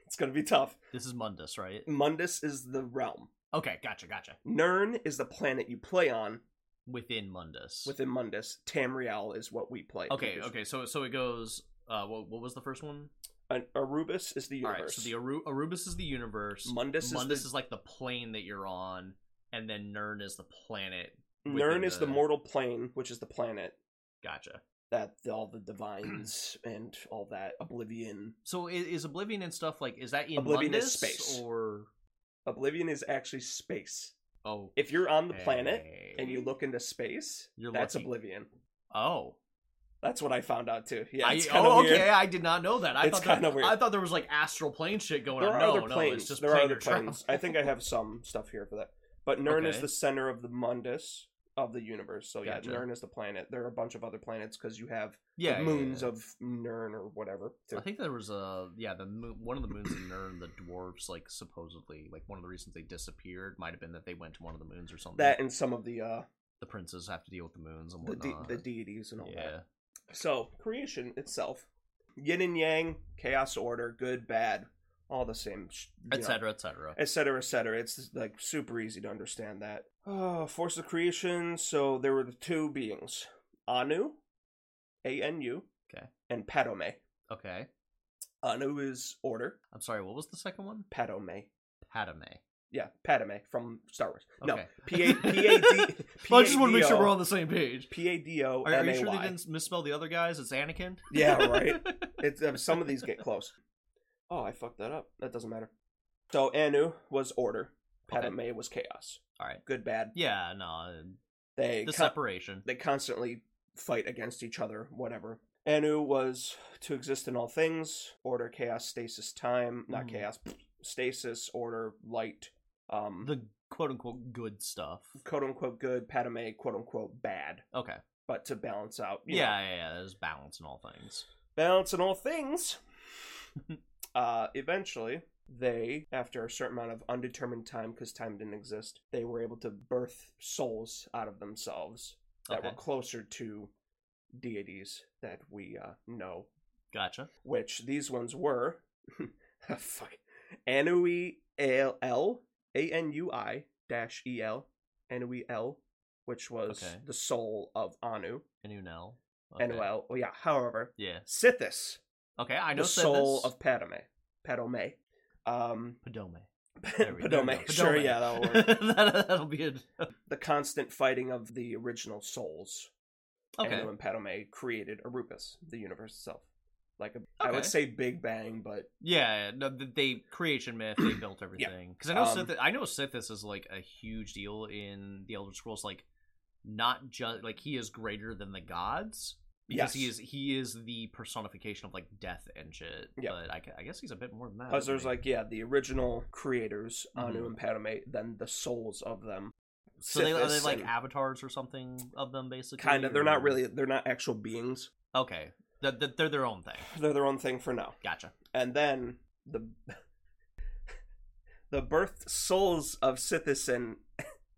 [SPEAKER 1] it's gonna be tough.
[SPEAKER 2] This is Mundus, right?
[SPEAKER 1] Mm. Mundus is the realm.
[SPEAKER 2] Okay, gotcha, gotcha.
[SPEAKER 1] Nern is the planet you play on
[SPEAKER 2] Within Mundus.
[SPEAKER 1] within Mundus. Tamriel is what we play.
[SPEAKER 2] Okay, okay. So so it goes uh what, what was the first one?
[SPEAKER 1] An Arubis is the universe.
[SPEAKER 2] All right. So the Aru- Arubis is the universe.
[SPEAKER 1] Mundus,
[SPEAKER 2] Mundus
[SPEAKER 1] is,
[SPEAKER 2] is like the plane that you're on and then Nern is the planet.
[SPEAKER 1] the,
[SPEAKER 2] within
[SPEAKER 1] Nern is the
[SPEAKER 2] the-
[SPEAKER 1] mortal plane, which is the planet
[SPEAKER 2] Gotcha.
[SPEAKER 1] that all the divines and all that oblivion.
[SPEAKER 2] So i- is Oblivion and stuff like is that in
[SPEAKER 1] Oblivion
[SPEAKER 2] Mundus
[SPEAKER 1] is space.
[SPEAKER 2] or
[SPEAKER 1] Oblivion is actually space.
[SPEAKER 2] oh
[SPEAKER 1] If you're on the planet and you
[SPEAKER 2] hey.
[SPEAKER 1] look into space,
[SPEAKER 2] You're
[SPEAKER 1] that's
[SPEAKER 2] lucky.
[SPEAKER 1] oblivion.
[SPEAKER 2] Oh.
[SPEAKER 1] That's what I found out too. Yeah,
[SPEAKER 2] I,
[SPEAKER 1] it's kind of
[SPEAKER 2] oh,
[SPEAKER 1] weird.
[SPEAKER 2] okay. I did not know that. I
[SPEAKER 1] It's
[SPEAKER 2] thought that,
[SPEAKER 1] kinda weird.
[SPEAKER 2] I thought there was like astral plane shit going
[SPEAKER 1] There
[SPEAKER 2] on.
[SPEAKER 1] are
[SPEAKER 2] no,
[SPEAKER 1] other
[SPEAKER 2] no,
[SPEAKER 1] planes.
[SPEAKER 2] it's just
[SPEAKER 1] there are
[SPEAKER 2] planar
[SPEAKER 1] other
[SPEAKER 2] travel.
[SPEAKER 1] planes. I think I have some stuff here for that. But Nern is
[SPEAKER 2] Okay.
[SPEAKER 1] the center of the Mundus, of the universe. So
[SPEAKER 2] Gotcha.
[SPEAKER 1] yeah, Nern is the planet. There are a bunch of other planets because you have
[SPEAKER 2] Yeah, yeah, yeah,
[SPEAKER 1] moons
[SPEAKER 2] yeah.
[SPEAKER 1] of Nern or whatever. too.
[SPEAKER 2] I think there was a yeah the moon, one of the moons in Nern the dwarves like supposedly like one of the reasons they disappeared might have been that they went to one of the moons or something.
[SPEAKER 1] that and some of the uh
[SPEAKER 2] the princes have to deal with the moons and
[SPEAKER 1] the, de-
[SPEAKER 2] whatnot.
[SPEAKER 1] the deities and all
[SPEAKER 2] yeah,
[SPEAKER 1] that. So creation itself, yin and yang, chaos, order, good, bad, all the same. sh- you know,
[SPEAKER 2] etc. etc.
[SPEAKER 1] et cetera, et cetera. It's like super easy to understand that. Uh, force of creation. So there were the two beings, Anu, A N U,
[SPEAKER 2] Okay.
[SPEAKER 1] and Padome.
[SPEAKER 2] Okay,
[SPEAKER 1] Anu is order.
[SPEAKER 2] I'm sorry. What was the second one?
[SPEAKER 1] Padome.
[SPEAKER 2] Padme.
[SPEAKER 1] Yeah, Padme from Star Wars. No,
[SPEAKER 2] Okay.
[SPEAKER 1] P A P A D.
[SPEAKER 2] I just want to make sure we're on the same page.
[SPEAKER 1] P A D O
[SPEAKER 2] Are, are
[SPEAKER 1] M
[SPEAKER 2] you
[SPEAKER 1] A
[SPEAKER 2] sure they
[SPEAKER 1] Y.
[SPEAKER 2] didn't misspell the other guys? It's Anakin.
[SPEAKER 1] Yeah, right. It's uh, some of these get close. Oh, I fucked that up. That doesn't matter. So Anu was order.
[SPEAKER 2] Okay.
[SPEAKER 1] Padme was chaos.
[SPEAKER 2] All right.
[SPEAKER 1] Good, bad.
[SPEAKER 2] Yeah. No.
[SPEAKER 1] They
[SPEAKER 2] The
[SPEAKER 1] con-
[SPEAKER 2] separation.
[SPEAKER 1] they constantly fight against each other, whatever. Anu was to exist in all things order, chaos, stasis, time, not
[SPEAKER 2] Mhm.
[SPEAKER 1] chaos, stasis, order, light, um,
[SPEAKER 2] The quote unquote good stuff.
[SPEAKER 1] quote unquote good, Padme, quote unquote bad,
[SPEAKER 2] Okay.
[SPEAKER 1] but to balance out, you know,
[SPEAKER 2] Yeah, yeah, yeah. There's balance in all things.
[SPEAKER 1] balance in all things. uh, eventually, they, after a certain amount of undetermined time, because time didn't exist, they were able to birth souls out of themselves that
[SPEAKER 2] Okay.
[SPEAKER 1] were closer to deities that we uh, know
[SPEAKER 2] Gotcha.
[SPEAKER 1] which these ones were fuck Anui L L A N U I dash E L Anui L, which was
[SPEAKER 2] Okay.
[SPEAKER 1] the soul of Anu.
[SPEAKER 2] And you know.
[SPEAKER 1] Anu L. Well, yeah. However,
[SPEAKER 2] Yeah.
[SPEAKER 1] Sithis,
[SPEAKER 2] Okay. I know.
[SPEAKER 1] the soul of Padme, Padme. Um,
[SPEAKER 2] Padome. There we- there we
[SPEAKER 1] Padme.
[SPEAKER 2] go.
[SPEAKER 1] Sure,
[SPEAKER 2] Padome.
[SPEAKER 1] yeah, that'll work.
[SPEAKER 2] that, will be it.
[SPEAKER 1] the constant fighting of the original souls.
[SPEAKER 2] Okay.
[SPEAKER 1] Anu and Padme created Arupus, the universe itself. Like a, I would
[SPEAKER 2] Okay.
[SPEAKER 1] say Big Bang, but
[SPEAKER 2] Yeah, yeah, no, th- they creation myth. They built everything because I know
[SPEAKER 1] Um,
[SPEAKER 2] Sith, I know Sithis is like a huge deal in the Elder Scrolls. Like, not just like he is greater than the gods because he
[SPEAKER 1] Yes.
[SPEAKER 2] is he is the personification of like death and shit.
[SPEAKER 1] Yeah.
[SPEAKER 2] but I, ca- I guess he's a bit more than that.
[SPEAKER 1] Because
[SPEAKER 2] isn't
[SPEAKER 1] there's
[SPEAKER 2] he?
[SPEAKER 1] like, yeah, the original creators, Anu
[SPEAKER 2] Mhm.
[SPEAKER 1] and Padme, then the souls of them.
[SPEAKER 2] so they, are they
[SPEAKER 1] Sithis
[SPEAKER 2] like
[SPEAKER 1] and-
[SPEAKER 2] avatars or something of them basically.
[SPEAKER 1] Kind of. They're not
[SPEAKER 2] or-
[SPEAKER 1] really, they're not actual beings.
[SPEAKER 2] okay. That that they're their own thing.
[SPEAKER 1] They're their own thing for now.
[SPEAKER 2] Gotcha.
[SPEAKER 1] And then the the birthed souls of Sithis and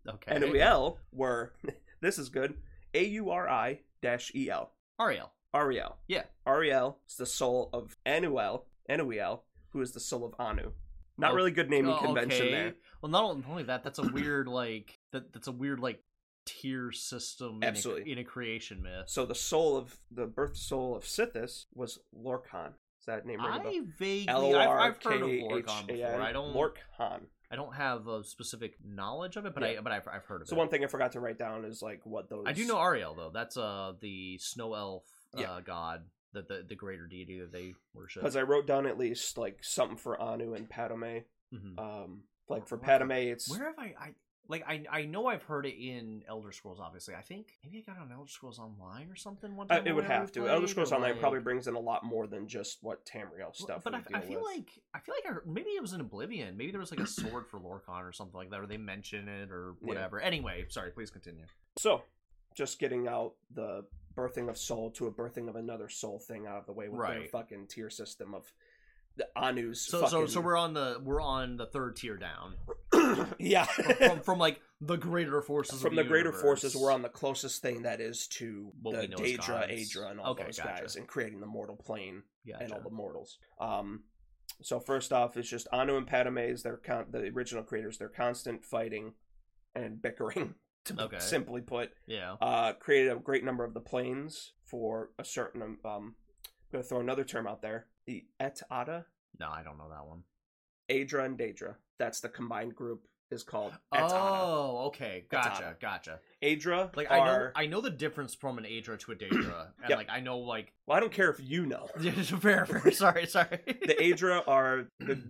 [SPEAKER 2] Okay.
[SPEAKER 1] Anuel were, this is good, A U R I dash E L.
[SPEAKER 2] Ariel.
[SPEAKER 1] Ariel.
[SPEAKER 2] Yeah.
[SPEAKER 1] Ariel is the soul of Anuel, Anuel, who is the soul of Anu. Not
[SPEAKER 2] Oh,
[SPEAKER 1] really good naming
[SPEAKER 2] Oh,
[SPEAKER 1] convention
[SPEAKER 2] okay.
[SPEAKER 1] there.
[SPEAKER 2] Well, not on- not only that, that's a weird like that. That's a weird like tier system in a-
[SPEAKER 1] Absolutely.
[SPEAKER 2] in a, creation myth.
[SPEAKER 1] So the soul of the birth soul of Sithis was Lorcan. Is that name ring a bell?
[SPEAKER 2] I vaguely, I've, I've heard of Lorcan before. I don't,
[SPEAKER 1] Lorcan.
[SPEAKER 2] I don't have a specific knowledge of it, but
[SPEAKER 1] Yeah.
[SPEAKER 2] I, but I've, I've heard of
[SPEAKER 1] So
[SPEAKER 2] it.
[SPEAKER 1] one thing I forgot to write down is like what those.
[SPEAKER 2] I do know Ariel though. That's uh the snow elf uh,
[SPEAKER 1] Yeah.
[SPEAKER 2] god, the, the the greater deity that they worship.
[SPEAKER 1] because I wrote down at least like something for Anu and Padme.
[SPEAKER 2] Mhm.
[SPEAKER 1] Um, like for
[SPEAKER 2] Lorcan.
[SPEAKER 1] Padme, it's
[SPEAKER 2] Where have I, I like I I know I've heard it in Elder Scrolls. Obviously, I think maybe I got it on Elder Scrolls Online or something one
[SPEAKER 1] I- Uh,
[SPEAKER 2] time.
[SPEAKER 1] it
[SPEAKER 2] when
[SPEAKER 1] would
[SPEAKER 2] I
[SPEAKER 1] have to.
[SPEAKER 2] replayed,
[SPEAKER 1] Elder Scrolls
[SPEAKER 2] or,
[SPEAKER 1] Online
[SPEAKER 2] like-
[SPEAKER 1] probably brings in a lot more than just what Tamriel
[SPEAKER 2] Well,
[SPEAKER 1] stuff.
[SPEAKER 2] But
[SPEAKER 1] we
[SPEAKER 2] I, I
[SPEAKER 1] deal
[SPEAKER 2] feel
[SPEAKER 1] with.
[SPEAKER 2] like I feel like I, heard- maybe it was in Oblivion. Maybe there was like a sword for Lorcan or something like that, or they mention it or
[SPEAKER 1] Yeah.
[SPEAKER 2] whatever. Anyway, sorry. Please continue.
[SPEAKER 1] so. Just getting out the birthing of soul to a birthing of another soul thing out of the way with their
[SPEAKER 2] Right.
[SPEAKER 1] fucking tier system of the Anu's.
[SPEAKER 2] So so
[SPEAKER 1] fucking...
[SPEAKER 2] so we're on the we're on the third tier down
[SPEAKER 1] yeah.
[SPEAKER 2] from, from, from like the greater forces
[SPEAKER 1] From
[SPEAKER 2] of
[SPEAKER 1] the
[SPEAKER 2] the,
[SPEAKER 1] greater
[SPEAKER 2] universe.
[SPEAKER 1] forces, we're on the closest thing that is to
[SPEAKER 2] What
[SPEAKER 1] the
[SPEAKER 2] we know as
[SPEAKER 1] Daedra,
[SPEAKER 2] gods.
[SPEAKER 1] Adra, and all
[SPEAKER 2] Okay,
[SPEAKER 1] those
[SPEAKER 2] gotcha.
[SPEAKER 1] guys, and creating the mortal plane
[SPEAKER 2] Gotcha.
[SPEAKER 1] and all the mortals. Um, so first off, it's just Anu and Padme is their con- the original creators. They're constant fighting and bickering, to
[SPEAKER 2] Okay.
[SPEAKER 1] simply put.
[SPEAKER 2] yeah
[SPEAKER 1] Uh, created a great number of the planes for a certain. Um, I'm gonna throw another term out there: the Et Ada,
[SPEAKER 2] no I don't know that one.
[SPEAKER 1] Adra, and Daedra. That's the combined group is called Et Ada.
[SPEAKER 2] Oh okay gotcha gotcha.
[SPEAKER 1] Adra,
[SPEAKER 2] Like
[SPEAKER 1] are,
[SPEAKER 2] I know I know the difference from an Adra to a Daedra, and
[SPEAKER 1] Yep.
[SPEAKER 2] like I know like
[SPEAKER 1] Well, I don't care if you know.
[SPEAKER 2] fair fair sorry sorry
[SPEAKER 1] The Adra are the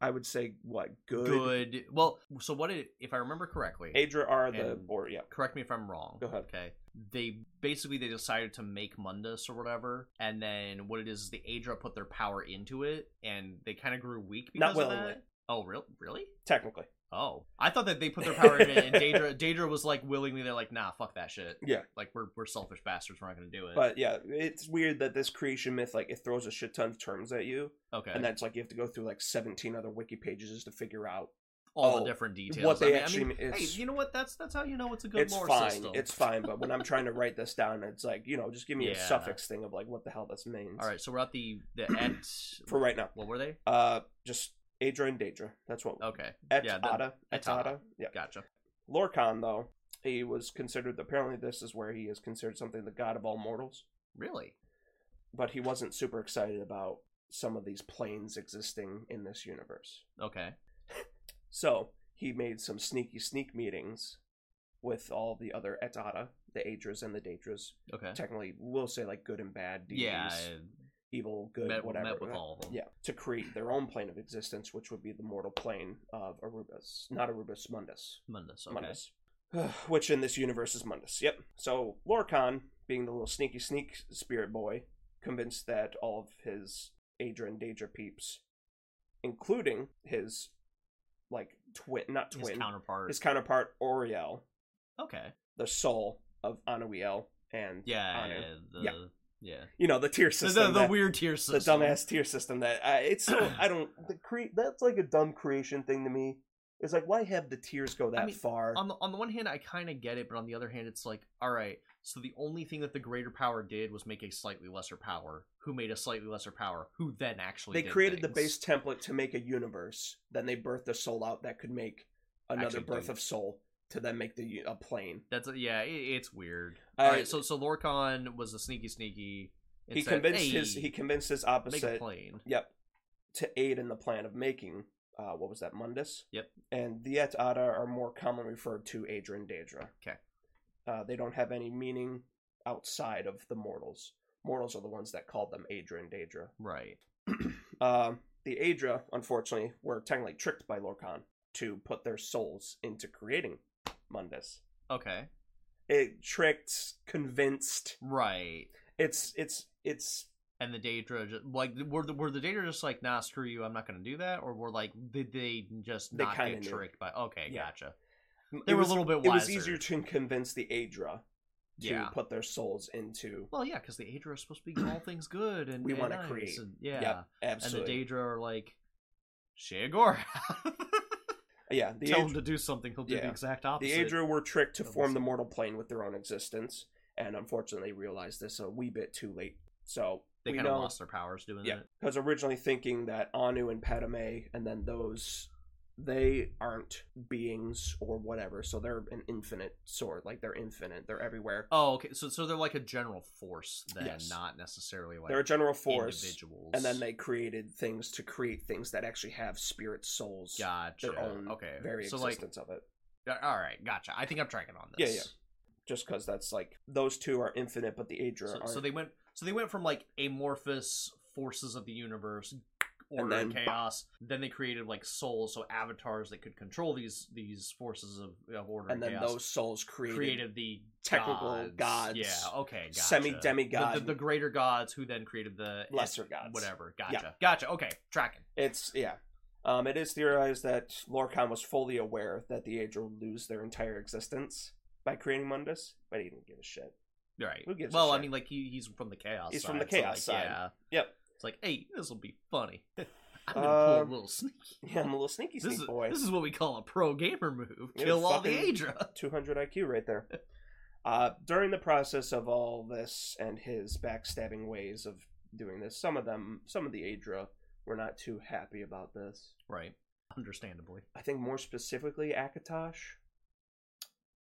[SPEAKER 1] I would say what good.
[SPEAKER 2] good well so what it, if I remember correctly
[SPEAKER 1] Adra are the
[SPEAKER 2] And-
[SPEAKER 1] or yeah.
[SPEAKER 2] correct me if I'm wrong.
[SPEAKER 1] Go ahead.
[SPEAKER 2] Okay. They basically they decided to make Mundus or whatever, and then what it is is the Adra put their power into it, and they kind of grew weak because
[SPEAKER 1] Not willingly.
[SPEAKER 2] of that. Oh, real really?
[SPEAKER 1] Technically,
[SPEAKER 2] Oh, I thought that they put their power in it, and Daedra, Daedra was like willingly. They're like, nah, fuck that shit.
[SPEAKER 1] yeah.
[SPEAKER 2] Like we're we're selfish bastards. We're not gonna do it.
[SPEAKER 1] But yeah, it's weird that this creation myth like it throws a shit ton of terms at you,
[SPEAKER 2] okay,
[SPEAKER 1] and that's like you have to go through like seventeen other wiki pages just to figure out
[SPEAKER 2] all
[SPEAKER 1] oh,
[SPEAKER 2] the different details.
[SPEAKER 1] what
[SPEAKER 2] I
[SPEAKER 1] they
[SPEAKER 2] mean, I
[SPEAKER 1] actually.
[SPEAKER 2] mean,
[SPEAKER 1] it's,
[SPEAKER 2] hey, you know what? That's that's how you know it's a good
[SPEAKER 1] it's
[SPEAKER 2] lore
[SPEAKER 1] fine.
[SPEAKER 2] system.
[SPEAKER 1] It's fine. But when I'm trying to write this down, it's like you know, just give me a
[SPEAKER 2] Yeah.
[SPEAKER 1] suffix thing of like what the hell this means.
[SPEAKER 2] all right. So we're at the the et.
[SPEAKER 1] For right now,
[SPEAKER 2] What were they?
[SPEAKER 1] uh, just Adra and Daedra. That's what.
[SPEAKER 2] Okay.
[SPEAKER 1] Et
[SPEAKER 2] Oh, yeah. that-
[SPEAKER 1] Ada. Et
[SPEAKER 2] Etata.
[SPEAKER 1] Ada. Yeah.
[SPEAKER 2] gotcha.
[SPEAKER 1] Lorcan though, he was considered. Apparently, this is where he is considered something the god of all mortals.
[SPEAKER 2] Really?
[SPEAKER 1] But he wasn't super excited about some of these planes existing in this universe.
[SPEAKER 2] Okay.
[SPEAKER 1] So he made some sneaky sneak meetings with all the other Etata, the Adras and the Daedras.
[SPEAKER 2] Okay.
[SPEAKER 1] Technically, we'll say like good and bad, deities,
[SPEAKER 2] Yeah.
[SPEAKER 1] evil,
[SPEAKER 2] I
[SPEAKER 1] good,
[SPEAKER 2] Met,
[SPEAKER 1] whatever.
[SPEAKER 2] met with all of them.
[SPEAKER 1] Yeah, to create their own plane of existence, which would be the mortal plane of Arubus, not Arubus Mundus,
[SPEAKER 2] Mundus. Okay.
[SPEAKER 1] Mundus, which in this universe is Mundus. Yep. So Lorcan, being the little sneaky sneak spirit boy, convinced that all of his Adra and Daedra peeps, including his like twin, not
[SPEAKER 2] His
[SPEAKER 1] twin,
[SPEAKER 2] counterpart.
[SPEAKER 1] his counterpart Oriel,
[SPEAKER 2] Okay.
[SPEAKER 1] the soul of Anuiel, and
[SPEAKER 2] Yeah.
[SPEAKER 1] Anu.
[SPEAKER 2] The, yeah.
[SPEAKER 1] Yeah. you know the tier
[SPEAKER 2] The,
[SPEAKER 1] system,
[SPEAKER 2] the, the
[SPEAKER 1] that-
[SPEAKER 2] weird tier system.
[SPEAKER 1] the dumbass tier system that I, it's so I don't the cre- that's like a dumb creation thing to me. It's like why have the tiers go that
[SPEAKER 2] mean,
[SPEAKER 1] far?
[SPEAKER 2] on the, on the one hand, I kind of get it, but on the other hand, it's like, all right, so the only thing that the greater power did was make a slightly lesser power, who made a slightly lesser power, who then actually
[SPEAKER 1] they
[SPEAKER 2] did
[SPEAKER 1] created the base
[SPEAKER 2] things.
[SPEAKER 1] template to make a universe, then they birthed a soul out that could make another
[SPEAKER 2] Actually
[SPEAKER 1] birth
[SPEAKER 2] do.
[SPEAKER 1] of soul to then make the u- a plane.
[SPEAKER 2] That's yeah, it, it's weird.
[SPEAKER 1] I-
[SPEAKER 2] all right, so so Lorcan was a sneaky sneaky. and
[SPEAKER 1] He
[SPEAKER 2] said,
[SPEAKER 1] convinced
[SPEAKER 2] "Hey,
[SPEAKER 1] his he convinced his
[SPEAKER 2] make a
[SPEAKER 1] opposite.
[SPEAKER 2] plane.
[SPEAKER 1] Yep, to aid in the plan of making. Uh, what was that, Mundus?
[SPEAKER 2] Yep.
[SPEAKER 1] And the Et Ada are more commonly referred to Adra and Daedra.
[SPEAKER 2] Okay.
[SPEAKER 1] Uh, they don't have any meaning outside of the mortals. Mortals are the ones that called them Adra and Daedra.
[SPEAKER 2] Right.
[SPEAKER 1] Um, the Adra, unfortunately, were technically tricked by Lorcan to put their souls into creating Mundus.
[SPEAKER 2] Okay.
[SPEAKER 1] It tricked, convinced.
[SPEAKER 2] Right.
[SPEAKER 1] It's it's it's
[SPEAKER 2] And the Daedra just like were the were the Daedra just like nah screw you I'm not gonna do that or were like did they just
[SPEAKER 1] They
[SPEAKER 2] not
[SPEAKER 1] kinda
[SPEAKER 2] get
[SPEAKER 1] knew.
[SPEAKER 2] tricked by okay
[SPEAKER 1] Yeah.
[SPEAKER 2] gotcha
[SPEAKER 1] it
[SPEAKER 2] they were
[SPEAKER 1] was-
[SPEAKER 2] a little bit wiser
[SPEAKER 1] It was easier to convince the Adra to
[SPEAKER 2] yeah
[SPEAKER 1] put their souls into.
[SPEAKER 2] well yeah because the Daedra are supposed to be all things good and
[SPEAKER 1] We
[SPEAKER 2] and
[SPEAKER 1] wanna
[SPEAKER 2] nice,
[SPEAKER 1] create.
[SPEAKER 2] and, yeah
[SPEAKER 1] Yep, absolutely.
[SPEAKER 2] and the Daedra are like Shagor
[SPEAKER 1] yeah, the
[SPEAKER 2] tell him
[SPEAKER 1] Adra,
[SPEAKER 2] to do something he'll do
[SPEAKER 1] Yeah.
[SPEAKER 2] the exact
[SPEAKER 1] the
[SPEAKER 2] opposite
[SPEAKER 1] Adra were tricked to
[SPEAKER 2] of
[SPEAKER 1] form
[SPEAKER 2] this.
[SPEAKER 1] the mortal plane with their own existence, and unfortunately realized this a wee bit too late. So
[SPEAKER 2] they
[SPEAKER 1] we
[SPEAKER 2] kind of
[SPEAKER 1] know,
[SPEAKER 2] lost their powers doing
[SPEAKER 1] yeah,
[SPEAKER 2] it
[SPEAKER 1] because originally thinking that Anu and Padme, and then those, they aren't beings or whatever, so they're an infinite sort, like they're infinite, they're everywhere.
[SPEAKER 2] oh okay so so they're like a general force then
[SPEAKER 1] Yes.
[SPEAKER 2] not necessarily like
[SPEAKER 1] they're a general force,
[SPEAKER 2] individuals
[SPEAKER 1] and then they created things to create things that actually have spirit souls.
[SPEAKER 2] gotcha
[SPEAKER 1] their own
[SPEAKER 2] okay
[SPEAKER 1] very
[SPEAKER 2] so like
[SPEAKER 1] existence of it.
[SPEAKER 2] Uh, All right, gotcha. I think I'm tracking on
[SPEAKER 1] Yeah,
[SPEAKER 2] this.
[SPEAKER 1] Just because that's like those two are infinite, but the Adra
[SPEAKER 2] So,
[SPEAKER 1] aren't.
[SPEAKER 2] so they went. So they went from like amorphous forces of the universe, order
[SPEAKER 1] then-
[SPEAKER 2] and chaos. Then they created like souls, so avatars that could control these these forces of, of order
[SPEAKER 1] and
[SPEAKER 2] and,
[SPEAKER 1] then
[SPEAKER 2] chaos.
[SPEAKER 1] those souls created,
[SPEAKER 2] created the
[SPEAKER 1] technical gods,
[SPEAKER 2] Yeah. Okay. Gotcha.
[SPEAKER 1] semi-demigod.
[SPEAKER 2] The, the, the greater gods, who then created the
[SPEAKER 1] lesser gods.
[SPEAKER 2] Whatever. Gotcha. Gotcha. Okay. Tracking.
[SPEAKER 1] It's yeah. Um, it is theorized that Lorcan was fully aware that the Adra would lose their entire existence by creating Mundus, but he didn't give a shit.
[SPEAKER 2] All right.
[SPEAKER 1] Who gives a
[SPEAKER 2] well, I
[SPEAKER 1] shit?
[SPEAKER 2] mean, like he, he's from the chaos.
[SPEAKER 1] He's
[SPEAKER 2] side,
[SPEAKER 1] from the
[SPEAKER 2] so,
[SPEAKER 1] chaos
[SPEAKER 2] like,
[SPEAKER 1] side.
[SPEAKER 2] Yeah.
[SPEAKER 1] Yep.
[SPEAKER 2] It's like, hey, this will be funny. I'm gonna
[SPEAKER 1] Um,
[SPEAKER 2] pull a little sneak.
[SPEAKER 1] Yeah, I'm a little sneaky
[SPEAKER 2] This
[SPEAKER 1] sneak
[SPEAKER 2] is,
[SPEAKER 1] boy.
[SPEAKER 2] this is what we call a pro gamer move.
[SPEAKER 1] Yeah,
[SPEAKER 2] Kill all the
[SPEAKER 1] fucking-
[SPEAKER 2] Adra.
[SPEAKER 1] 200 IQ right there. Uh, during the process of all this and his backstabbing ways of doing this, some of them, some of the Adra, were not too happy about this.
[SPEAKER 2] Right. Understandably.
[SPEAKER 1] I think more specifically Akatosh,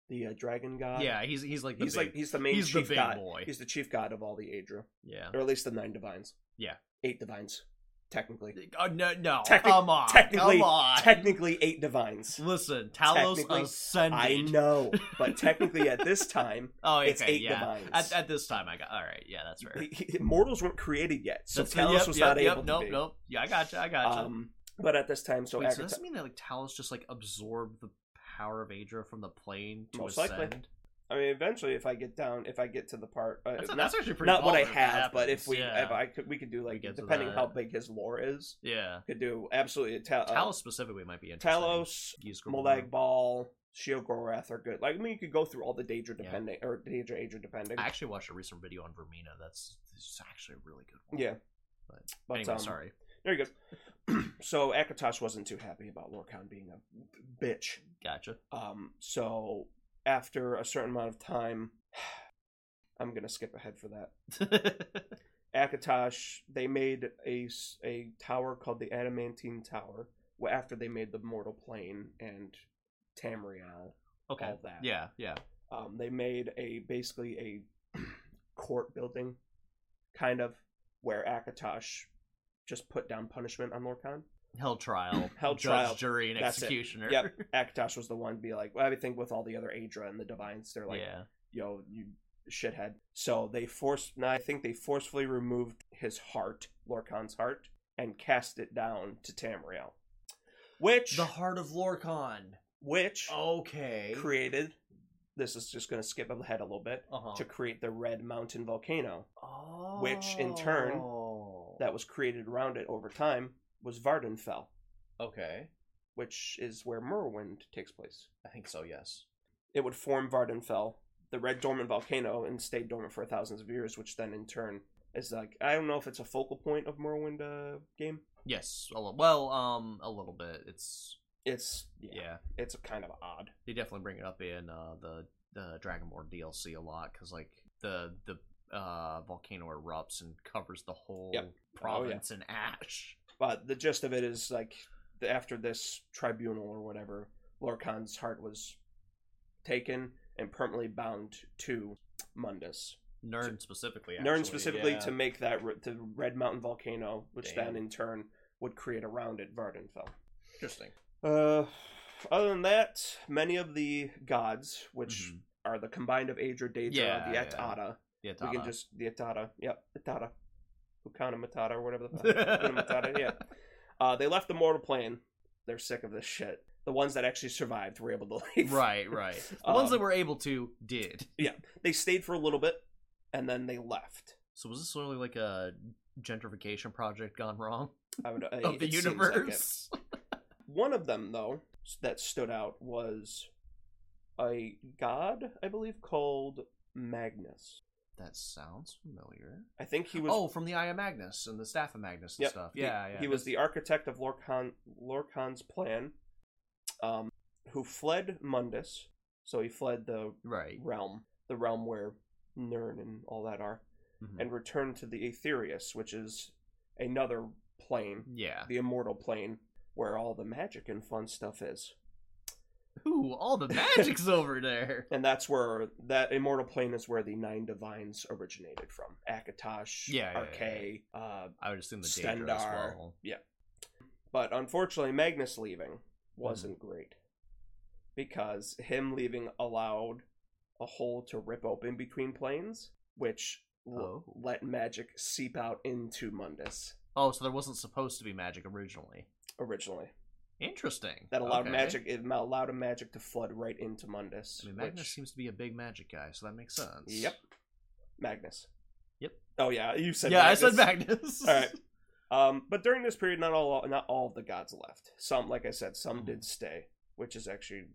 [SPEAKER 1] the uh, dragon god.
[SPEAKER 2] yeah, he's he's like the
[SPEAKER 1] he's
[SPEAKER 2] big,
[SPEAKER 1] like he's the main
[SPEAKER 2] he's the
[SPEAKER 1] chief
[SPEAKER 2] big
[SPEAKER 1] god.
[SPEAKER 2] boy.
[SPEAKER 1] He's the chief god of all the Adra,
[SPEAKER 2] yeah.
[SPEAKER 1] or at least the nine divines.
[SPEAKER 2] Yeah.
[SPEAKER 1] eight divines, technically.
[SPEAKER 2] Oh, no, no.
[SPEAKER 1] Technic-
[SPEAKER 2] come on.
[SPEAKER 1] technically-
[SPEAKER 2] come on.
[SPEAKER 1] Technically, eight divines.
[SPEAKER 2] Listen, Talos
[SPEAKER 1] Technically,
[SPEAKER 2] ascended.
[SPEAKER 1] I know, but technically at this time,
[SPEAKER 2] Oh, okay,
[SPEAKER 1] it's eight
[SPEAKER 2] yeah.
[SPEAKER 1] divines.
[SPEAKER 2] At, at this time, I got all right. Yeah, that's fair.
[SPEAKER 1] He- he- mortals weren't created yet, so
[SPEAKER 2] That's-
[SPEAKER 1] Talos
[SPEAKER 2] yep,
[SPEAKER 1] was
[SPEAKER 2] yep,
[SPEAKER 1] not
[SPEAKER 2] yep,
[SPEAKER 1] able
[SPEAKER 2] nope,
[SPEAKER 1] to be.
[SPEAKER 2] Nope, Yeah, I gotcha. I gotcha.
[SPEAKER 1] Um, but at this time, so
[SPEAKER 2] Wait, so
[SPEAKER 1] Akata-
[SPEAKER 2] does that mean that like Talos just like absorbed the power of Adra from the plane to
[SPEAKER 1] Most likely.
[SPEAKER 2] ascend?
[SPEAKER 1] I mean, eventually, if I get down, if I get to the part, uh,
[SPEAKER 2] That's,
[SPEAKER 1] not
[SPEAKER 2] that's actually pretty.
[SPEAKER 1] not what I
[SPEAKER 2] baller if that
[SPEAKER 1] have, but if
[SPEAKER 2] happens.
[SPEAKER 1] we
[SPEAKER 2] yeah,
[SPEAKER 1] if I could, we could do like
[SPEAKER 2] get to
[SPEAKER 1] depending
[SPEAKER 2] that.
[SPEAKER 1] how big his lore is,
[SPEAKER 2] yeah.
[SPEAKER 1] could do absolutely a ta- uh,
[SPEAKER 2] Talos specifically might be interesting.
[SPEAKER 1] Talos,
[SPEAKER 2] Geese Grumble
[SPEAKER 1] Molag
[SPEAKER 2] Room.
[SPEAKER 1] Ball, Sheogorath are good. Like I mean, you could go through all the Daedra
[SPEAKER 2] Yeah.
[SPEAKER 1] depending or Daedra Aedra depending.
[SPEAKER 2] I actually watched a recent video on Vermina. That's it's actually a really good one.
[SPEAKER 1] yeah,
[SPEAKER 2] But,
[SPEAKER 1] but
[SPEAKER 2] anyway,
[SPEAKER 1] um,
[SPEAKER 2] sorry.
[SPEAKER 1] there you go. so Akatosh wasn't too happy about Lorcan being a bitch.
[SPEAKER 2] Gotcha.
[SPEAKER 1] Um, so after a certain amount of time, I'm gonna skip ahead for that. Akatosh, they made a, s- a tower called the Adamantine Tower wh- after they made the Mortal Plane and Tamriel.
[SPEAKER 2] okay.
[SPEAKER 1] All that.
[SPEAKER 2] Yeah. Yeah.
[SPEAKER 1] Um, they made a basically a court building, kind of, where Akatosh just put down punishment on Lorcan.
[SPEAKER 2] Held trial.
[SPEAKER 1] Held
[SPEAKER 2] judge,
[SPEAKER 1] trial.
[SPEAKER 2] jury, and
[SPEAKER 1] That's it.
[SPEAKER 2] executioner.
[SPEAKER 1] Yep. Akatosh was the one to be like, well, I think with all the other Aedra and the Divines, they're like,
[SPEAKER 2] yeah.
[SPEAKER 1] yo, you shithead. So they forced, no, I think they forcefully removed his heart, Lorcan's heart, and cast it down to Tamriel, which,
[SPEAKER 2] The Heart of Lorcan.
[SPEAKER 1] which
[SPEAKER 2] Okay.
[SPEAKER 1] created. This is just going to skip ahead a little bit
[SPEAKER 2] uh-huh.
[SPEAKER 1] to create the Red Mountain volcano
[SPEAKER 2] oh.
[SPEAKER 1] which, in turn, that was created around it over time was Vardenfell,
[SPEAKER 2] Okay.
[SPEAKER 1] which is where Morrowind takes place.
[SPEAKER 2] I think so. Yes.
[SPEAKER 1] It would form Vardenfell, the red dormant volcano, and stay dormant for thousands of years, which then in turn is like I don't know if it's a focal point of Morrowind uh, game.
[SPEAKER 2] Yes. A little. Well, um, a little bit. It's
[SPEAKER 1] It's
[SPEAKER 2] yeah.
[SPEAKER 1] yeah, it's kind of odd.
[SPEAKER 2] They definitely bring it up in uh, the the Dragonborn DLC a lot because like the the uh, volcano erupts and covers the whole
[SPEAKER 1] Yep. Oh,
[SPEAKER 2] province in ash.
[SPEAKER 1] But the gist of it is like the- after this tribunal or whatever, Lorcan's heart was taken and permanently bound to Mundus.
[SPEAKER 2] Nern specifically. Actually,
[SPEAKER 1] Nern specifically
[SPEAKER 2] yeah.
[SPEAKER 1] to make that re- the Red Mountain volcano, which
[SPEAKER 2] Damn.
[SPEAKER 1] then in turn would create around it Vardenfell.
[SPEAKER 2] interesting.
[SPEAKER 1] Uh, other than that, many of the gods, which
[SPEAKER 2] Mhm.
[SPEAKER 1] are the combined of Aedra, Daedra,
[SPEAKER 2] Yeah,
[SPEAKER 1] the
[SPEAKER 2] yeah.
[SPEAKER 1] Atata,
[SPEAKER 2] Yeah,
[SPEAKER 1] we can
[SPEAKER 2] Tana.
[SPEAKER 1] just the Atata, yep, Atata, Hukana Matata or whatever the fuck, Hakuna Matata, yeah. Uh, they left the mortal plane. They're sick of this shit. The ones that actually survived were able to leave.
[SPEAKER 2] Right, right. The ones that
[SPEAKER 1] Um,
[SPEAKER 2] were able to did.
[SPEAKER 1] They stayed for a little bit, and then they left.
[SPEAKER 2] So was this really like a gentrification project gone wrong
[SPEAKER 1] I would,
[SPEAKER 2] of the
[SPEAKER 1] it seems like it.
[SPEAKER 2] universe?
[SPEAKER 1] One of them, though, s- that stood out was a god, I believe, called Magnus.
[SPEAKER 2] that sounds familiar.
[SPEAKER 1] I think he was.
[SPEAKER 2] oh, from the Eye of Magnus and the Staff of Magnus and
[SPEAKER 1] Yep,
[SPEAKER 2] stuff.
[SPEAKER 1] he-
[SPEAKER 2] yeah, yeah.
[SPEAKER 1] He was the architect of Lorcan, Lorcan's plan, um, who fled Mundus. So he fled the
[SPEAKER 2] right.
[SPEAKER 1] realm, the realm where Nern and all that are,
[SPEAKER 2] Mhm.
[SPEAKER 1] and returned to the Aetherius, which is another plane,
[SPEAKER 2] Mm-hmm. yeah.
[SPEAKER 1] the immortal plane, where all the magic and fun stuff is.
[SPEAKER 2] Ooh, all the magic's over there.
[SPEAKER 1] And that's where that immortal plane is where the nine divines originated from. Akatosh,
[SPEAKER 2] Yeah, yeah,
[SPEAKER 1] Arkay, uh
[SPEAKER 2] I would assume the Daedra as
[SPEAKER 1] Stendar.
[SPEAKER 2] well.
[SPEAKER 1] yeah. But unfortunately Magnus leaving wasn't
[SPEAKER 2] Mm-hmm.
[SPEAKER 1] great. Because him leaving allowed a hole to rip open between planes, which l-
[SPEAKER 2] Oh.
[SPEAKER 1] let magic seep out into Mundus
[SPEAKER 2] Oh, so there wasn't supposed to be magic originally.
[SPEAKER 1] originally.
[SPEAKER 2] Interesting.
[SPEAKER 1] That allowed
[SPEAKER 2] Okay.
[SPEAKER 1] magic it ma- allowed a magic to flood right into Mundus.
[SPEAKER 2] I mean, Magnus
[SPEAKER 1] which-
[SPEAKER 2] seems to be a big magic guy, so that makes sense.
[SPEAKER 1] Yep. Magnus.
[SPEAKER 2] Yep.
[SPEAKER 1] Oh yeah, you said
[SPEAKER 2] yeah,
[SPEAKER 1] Magnus.
[SPEAKER 2] I said Magnus.
[SPEAKER 1] All right. Um, but during this period, not all not all of the gods left. Some, like I said, some
[SPEAKER 2] Mm-hmm.
[SPEAKER 1] did stay, which is actually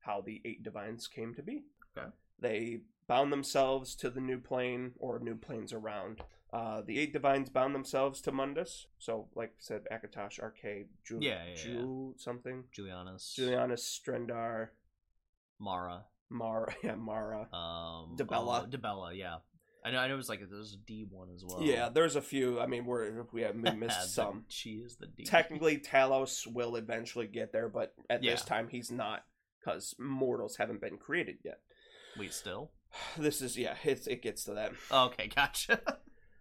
[SPEAKER 1] how the eight divines came to be.
[SPEAKER 2] Okay.
[SPEAKER 1] They bound themselves to the new plane or new planes around. Uh, the eight divines bound themselves to Mundus. So, like I said, Akatosh, Arcade, Ju,
[SPEAKER 2] Yeah, yeah,
[SPEAKER 1] Ju something,
[SPEAKER 2] Julianus.
[SPEAKER 1] Julianus, Strendar,
[SPEAKER 2] Mara.
[SPEAKER 1] Mara, yeah, Mara.
[SPEAKER 2] Um,
[SPEAKER 1] Debella.
[SPEAKER 2] Oh, Debella, yeah. I know. I know. It was like there's a D one as well.
[SPEAKER 1] yeah, there's a few. I mean, we're, we have we
[SPEAKER 2] But
[SPEAKER 1] missed some.
[SPEAKER 2] She is the D.
[SPEAKER 1] technically Talos will eventually get there, but at this
[SPEAKER 2] Yeah.
[SPEAKER 1] time he's not because mortals haven't been created yet.
[SPEAKER 2] Wait, still?
[SPEAKER 1] This is yeah, it's, it gets to that.
[SPEAKER 2] Okay, gotcha.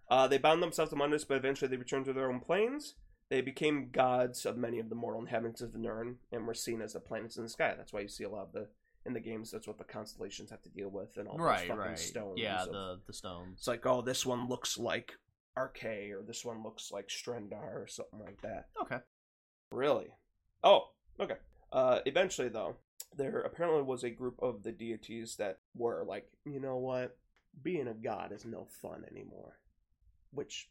[SPEAKER 1] Uh, they bound themselves to Mundus, but eventually they returned to their own planes. They became gods of many of the mortal inhabitants of the Nern and were seen as the planets in the sky. That's why you see a lot of the in the games. That's what the constellations have to deal with and all those
[SPEAKER 2] right,
[SPEAKER 1] fucking
[SPEAKER 2] right.
[SPEAKER 1] stones.
[SPEAKER 2] yeah,
[SPEAKER 1] of-
[SPEAKER 2] the the stones.
[SPEAKER 1] it's like oh, this one looks like Arcay or this one looks like Strendar or something like that.
[SPEAKER 2] Okay.
[SPEAKER 1] Really? Oh, okay. Uh, eventually, though, there apparently was a group of the deities that were like, you know what, being a god is no fun anymore. Which,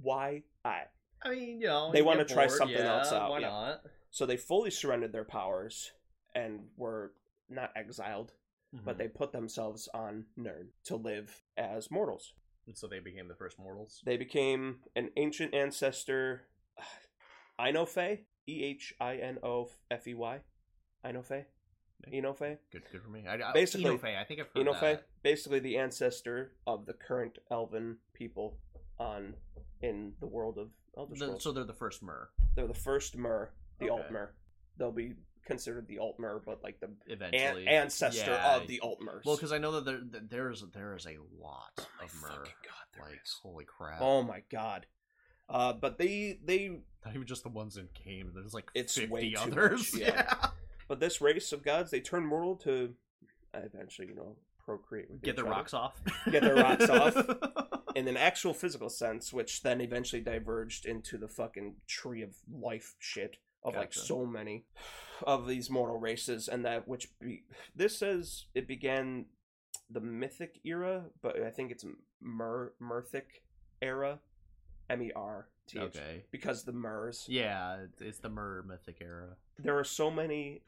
[SPEAKER 1] why I?
[SPEAKER 2] I mean, you know,
[SPEAKER 1] They
[SPEAKER 2] you
[SPEAKER 1] wanna
[SPEAKER 2] get
[SPEAKER 1] try
[SPEAKER 2] bored,
[SPEAKER 1] something
[SPEAKER 2] yeah,
[SPEAKER 1] else out,
[SPEAKER 2] Why
[SPEAKER 1] yeah.
[SPEAKER 2] not?
[SPEAKER 1] So they fully surrendered their powers and were not exiled, but
[SPEAKER 2] Mhm.
[SPEAKER 1] they put themselves on Nern to live as mortals.
[SPEAKER 2] And so they became the first mortals.
[SPEAKER 1] They became an ancient ancestor, Inofei, E H I N O F E Y, Inofei, Inofei.
[SPEAKER 2] Good, good for me. I, I,
[SPEAKER 1] Basically,
[SPEAKER 2] Enofe, I think I've heard
[SPEAKER 1] Enofe,
[SPEAKER 2] that.
[SPEAKER 1] basically the ancestor of the current elven people on in the world of Elder
[SPEAKER 2] The-
[SPEAKER 1] Scrolls.
[SPEAKER 2] so they're the first Mer
[SPEAKER 1] They're the first Mer, the
[SPEAKER 2] Okay.
[SPEAKER 1] Altmer. They'll be considered the Altmer, but like the an-
[SPEAKER 2] eventually.
[SPEAKER 1] ancestor
[SPEAKER 2] Yeah.
[SPEAKER 1] of the Altmers.
[SPEAKER 2] well, because I know that there that there is there is a lot
[SPEAKER 1] oh my
[SPEAKER 2] of Mer.
[SPEAKER 1] fucking god, there
[SPEAKER 2] like
[SPEAKER 1] is.
[SPEAKER 2] holy crap!
[SPEAKER 1] Oh my god. Uh, but they they
[SPEAKER 2] Not even just the ones in game. There's like
[SPEAKER 1] It's
[SPEAKER 2] fifty
[SPEAKER 1] way too
[SPEAKER 2] others.
[SPEAKER 1] much,
[SPEAKER 2] yeah.
[SPEAKER 1] yeah. but this race of gods they turn mortal to eventually you know procreate with
[SPEAKER 2] Get
[SPEAKER 1] each
[SPEAKER 2] their
[SPEAKER 1] other.
[SPEAKER 2] rocks off.
[SPEAKER 1] Get their rocks off. in an actual physical sense, which then eventually diverged into the fucking tree of life shit of like
[SPEAKER 2] Gotcha.
[SPEAKER 1] so many of these mortal races, and that which be, this says it began the mythic era, but I think it's mer merthic era, M E R T H,
[SPEAKER 2] okay.
[SPEAKER 1] because the Mers.
[SPEAKER 2] Yeah, it's- it's the Mer mythic era.
[SPEAKER 1] There are so many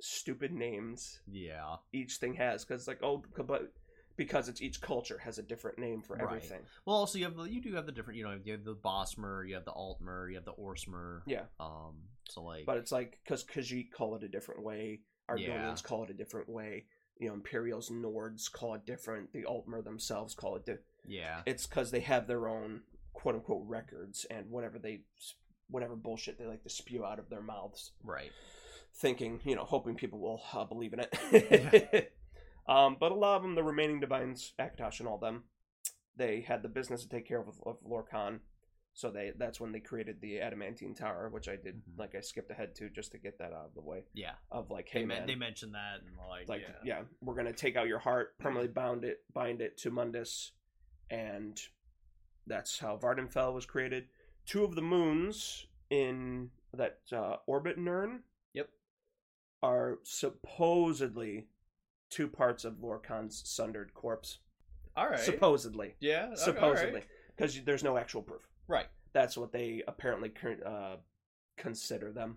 [SPEAKER 1] stupid names
[SPEAKER 2] Yeah.
[SPEAKER 1] each thing has, because like oh, c- but because it's each culture has a different name for
[SPEAKER 2] Right.
[SPEAKER 1] everything.
[SPEAKER 2] Well, also you have the, you do have the different. You know, you have the Bossmer, you have the Altmer, you have the Orsmer.
[SPEAKER 1] Yeah.
[SPEAKER 2] Um. So like.
[SPEAKER 1] But it's like because Khajiit call it a different way, Argonians call it a different way. You know, Imperials, Nords call it different. The Altmer themselves call it. Di-
[SPEAKER 2] yeah.
[SPEAKER 1] it's because they have their own quote unquote records and whatever they, whatever bullshit they like to spew out of their mouths,
[SPEAKER 2] Right.
[SPEAKER 1] thinking you know, hoping people will uh, believe in it. um, but a lot of them, the remaining divines, Akatosh and all them, they had the business to take care of of Lorcan. So they that's when they created the adamantine tower, which I did
[SPEAKER 2] Mhm.
[SPEAKER 1] like I skipped ahead to just to get that out of the way
[SPEAKER 2] Yeah.
[SPEAKER 1] of like,
[SPEAKER 2] They,
[SPEAKER 1] hey
[SPEAKER 2] men-
[SPEAKER 1] man,
[SPEAKER 2] they mentioned that and like,
[SPEAKER 1] like
[SPEAKER 2] yeah.
[SPEAKER 1] yeah. we're gonna take out your heart, permanently bound it, bind it to Mundus, and that's how Vardenfell was created. Two of the moons in that uh, orbit Nern,
[SPEAKER 2] Yep.
[SPEAKER 1] are supposedly two parts of Lorcan's sundered corpse.
[SPEAKER 2] All right.
[SPEAKER 1] Supposedly,
[SPEAKER 2] yeah. Uh, okay,
[SPEAKER 1] supposedly,
[SPEAKER 2] alright.
[SPEAKER 1] because there's no actual proof.
[SPEAKER 2] Right.
[SPEAKER 1] That's what they apparently cur- uh, consider them.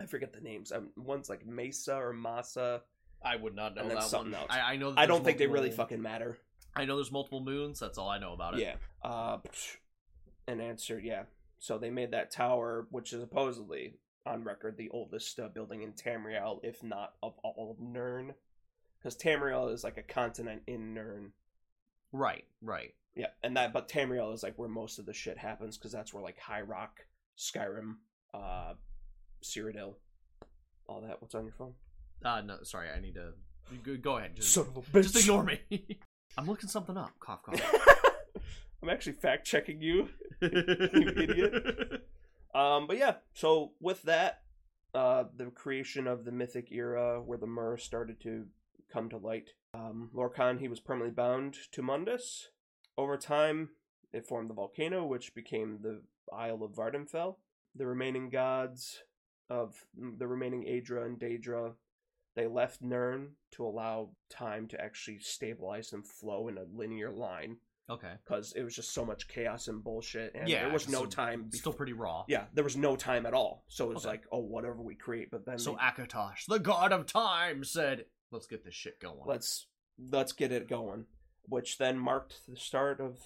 [SPEAKER 1] I forget the names. Um, one's like Mesa or Masa.
[SPEAKER 2] I would not know
[SPEAKER 1] And then
[SPEAKER 2] that
[SPEAKER 1] something
[SPEAKER 2] one.
[SPEAKER 1] else.
[SPEAKER 2] I, I know. That
[SPEAKER 1] I
[SPEAKER 2] there's
[SPEAKER 1] don't think they
[SPEAKER 2] multiple-
[SPEAKER 1] really fucking matter.
[SPEAKER 2] I know there's multiple moons. That's all I know about it.
[SPEAKER 1] Yeah. Uh, psh, an answer, yeah. So they made that tower, which is supposedly on record the oldest uh, building in Tamriel, if not of all of Nern, because Tamriel is like a continent in Nern.
[SPEAKER 2] Right. Right.
[SPEAKER 1] Yeah, and that but Tamriel is like where most of the shit happens because that's where like High Rock, Skyrim, uh, Cyrodiil, all that. What's on your phone?
[SPEAKER 2] Uh, no, sorry. I need to go- go ahead. Just,
[SPEAKER 1] of a bitch!
[SPEAKER 2] just ignore me. I'm looking something up. Cough, cough.
[SPEAKER 1] I'm actually fact checking you.
[SPEAKER 2] you
[SPEAKER 1] idiot. Um, but yeah, so with that, uh, the creation of the mythic era where the Mer started to come to light, um, Lorcan, he was permanently bound to Mundus. Over time, it formed the volcano, which became the Isle of Vardenfell. The remaining gods of mm, the remaining Aedra and Daedra, they left Nern to allow time to actually stabilize and flow in a linear line
[SPEAKER 2] Okay.
[SPEAKER 1] because it was just so much chaos and bullshit, and
[SPEAKER 2] Yeah,
[SPEAKER 1] there was no
[SPEAKER 2] so-
[SPEAKER 1] time.
[SPEAKER 2] Still pretty raw.
[SPEAKER 1] Yeah, there was no time at all. So it's
[SPEAKER 2] Okay.
[SPEAKER 1] like, oh, whatever we create, but then
[SPEAKER 2] So
[SPEAKER 1] they-
[SPEAKER 2] Akatosh, the god of time, said, "Let's get this shit going."
[SPEAKER 1] let's let's get it going, which then marked the start of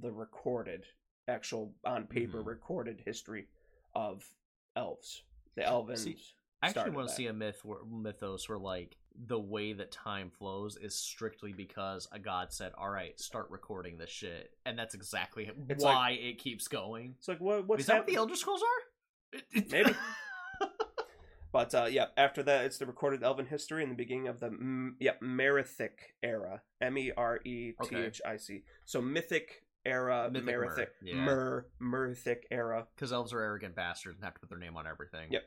[SPEAKER 1] the recorded, actual on paper
[SPEAKER 2] Mhm.
[SPEAKER 1] recorded history of elves, the elven.
[SPEAKER 2] See, I actually
[SPEAKER 1] started
[SPEAKER 2] want to
[SPEAKER 1] that.
[SPEAKER 2] see a myth where mythos where like the way that time flows is strictly because a god said, "All right, start recording this shit," and that's exactly
[SPEAKER 1] It's like-
[SPEAKER 2] why it keeps going.
[SPEAKER 1] It's like what what's
[SPEAKER 2] is that what
[SPEAKER 1] happening?
[SPEAKER 2] the Elder Scrolls are?
[SPEAKER 1] Maybe. But uh, yeah, after that, it's the recorded elven history in the beginning of the mm, yeah merithic era, M E R E T H I C. So mythic era,
[SPEAKER 2] Mythic Mer,
[SPEAKER 1] merithic,
[SPEAKER 2] yeah.
[SPEAKER 1] mer, merithic era,
[SPEAKER 2] because elves are arrogant bastards and have to put their name on everything.
[SPEAKER 1] Yep.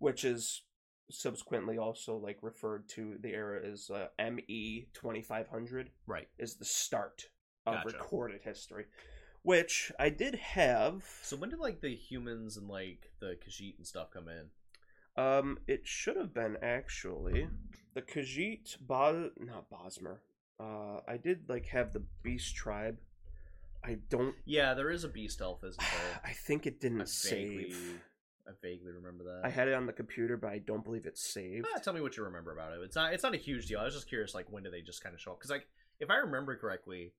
[SPEAKER 1] which is subsequently also like referred to the era as uh, M E twenty five hundred
[SPEAKER 2] Right.
[SPEAKER 1] is the start of
[SPEAKER 2] Gotcha.
[SPEAKER 1] recorded history, which I did have.
[SPEAKER 2] So when did like the humans and like the Khajiit and stuff come in?
[SPEAKER 1] Um, it should have been actually the Khajiit Bos not Bosmer. Uh, I did like have the Beast Tribe. I don't.
[SPEAKER 2] Yeah, there is a beast elf, isn't there?
[SPEAKER 1] I think it didn't
[SPEAKER 2] I vaguely,
[SPEAKER 1] save.
[SPEAKER 2] I vaguely remember that.
[SPEAKER 1] I had it on the computer, but I don't believe it saved.
[SPEAKER 2] Ah, tell me what you remember about it. It's not. It's not a huge deal. I was just curious, like when do they just kind of show up? Because like, if I remember correctly,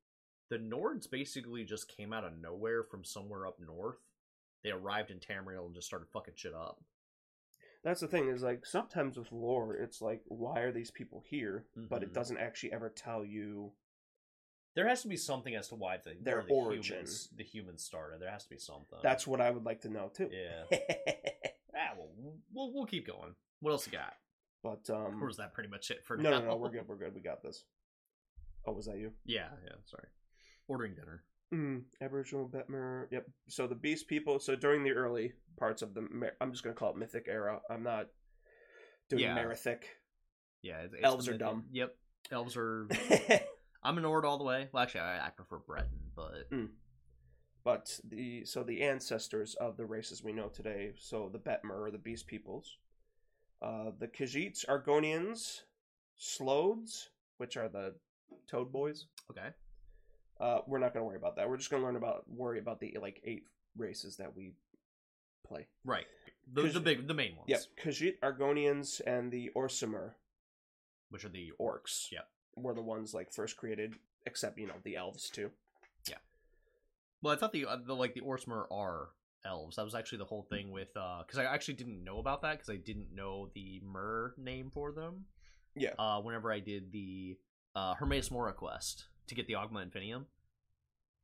[SPEAKER 2] the Nords basically just came out of nowhere from somewhere up north. They arrived in Tamriel and just started fucking shit up.
[SPEAKER 1] That's the thing is like sometimes with lore, it's like why are these people here? But
[SPEAKER 2] Mhm.
[SPEAKER 1] it doesn't actually ever tell you.
[SPEAKER 2] There has to be something as to why the
[SPEAKER 1] Their
[SPEAKER 2] where the
[SPEAKER 1] origin.
[SPEAKER 2] humans, the humans started. There has to be something.
[SPEAKER 1] That's what I would like to know too.
[SPEAKER 2] Oh. yeah. ah, well, we'll we'll keep going. What else you got?
[SPEAKER 1] but um,
[SPEAKER 2] Or was that pretty much it for
[SPEAKER 1] no,
[SPEAKER 2] now?
[SPEAKER 1] no, no, we're good. We're good. We got this. Oh, was that you?
[SPEAKER 2] Yeah, yeah. Sorry. Ordering dinner.
[SPEAKER 1] Mm, Aboriginal Betmer. Yep. So the Beast people. So during the early parts of the, Ma- I'm just gonna call it Mythic era. I'm not doing
[SPEAKER 2] Yeah.
[SPEAKER 1] Merithic.
[SPEAKER 2] Yeah, it's, it's
[SPEAKER 1] Elves
[SPEAKER 2] the
[SPEAKER 1] are
[SPEAKER 2] mythic-
[SPEAKER 1] dumb.
[SPEAKER 2] Yep, elves are. I'm an Nord all the way. Well, actually, I, I prefer Breton, but
[SPEAKER 1] but the so the ancestors of the races we know today. So the Betmer or the Beast peoples, uh, the Khajiits, Argonians, Slodes, which are the Toad boys.
[SPEAKER 2] okay.
[SPEAKER 1] Uh, we're not gonna worry about that. We're just gonna learn about worry about the like eight races that we play.
[SPEAKER 2] Right, the,
[SPEAKER 1] Cause-
[SPEAKER 2] the big, the main ones.
[SPEAKER 1] Yep, Khajiit, Argonians, and the Orsimer
[SPEAKER 2] which are the
[SPEAKER 1] orcs.
[SPEAKER 2] Yep.
[SPEAKER 1] Were the ones like first created, except you know the elves too.
[SPEAKER 2] well, I thought the, uh, the like the Orsmer are elves. That was actually the whole thing with because I actually didn't know about that because I didn't know the Mer name for them.
[SPEAKER 1] Yeah.
[SPEAKER 2] Uh, whenever I did the uh, Hermes Mora quest to get the Ogma Infinium,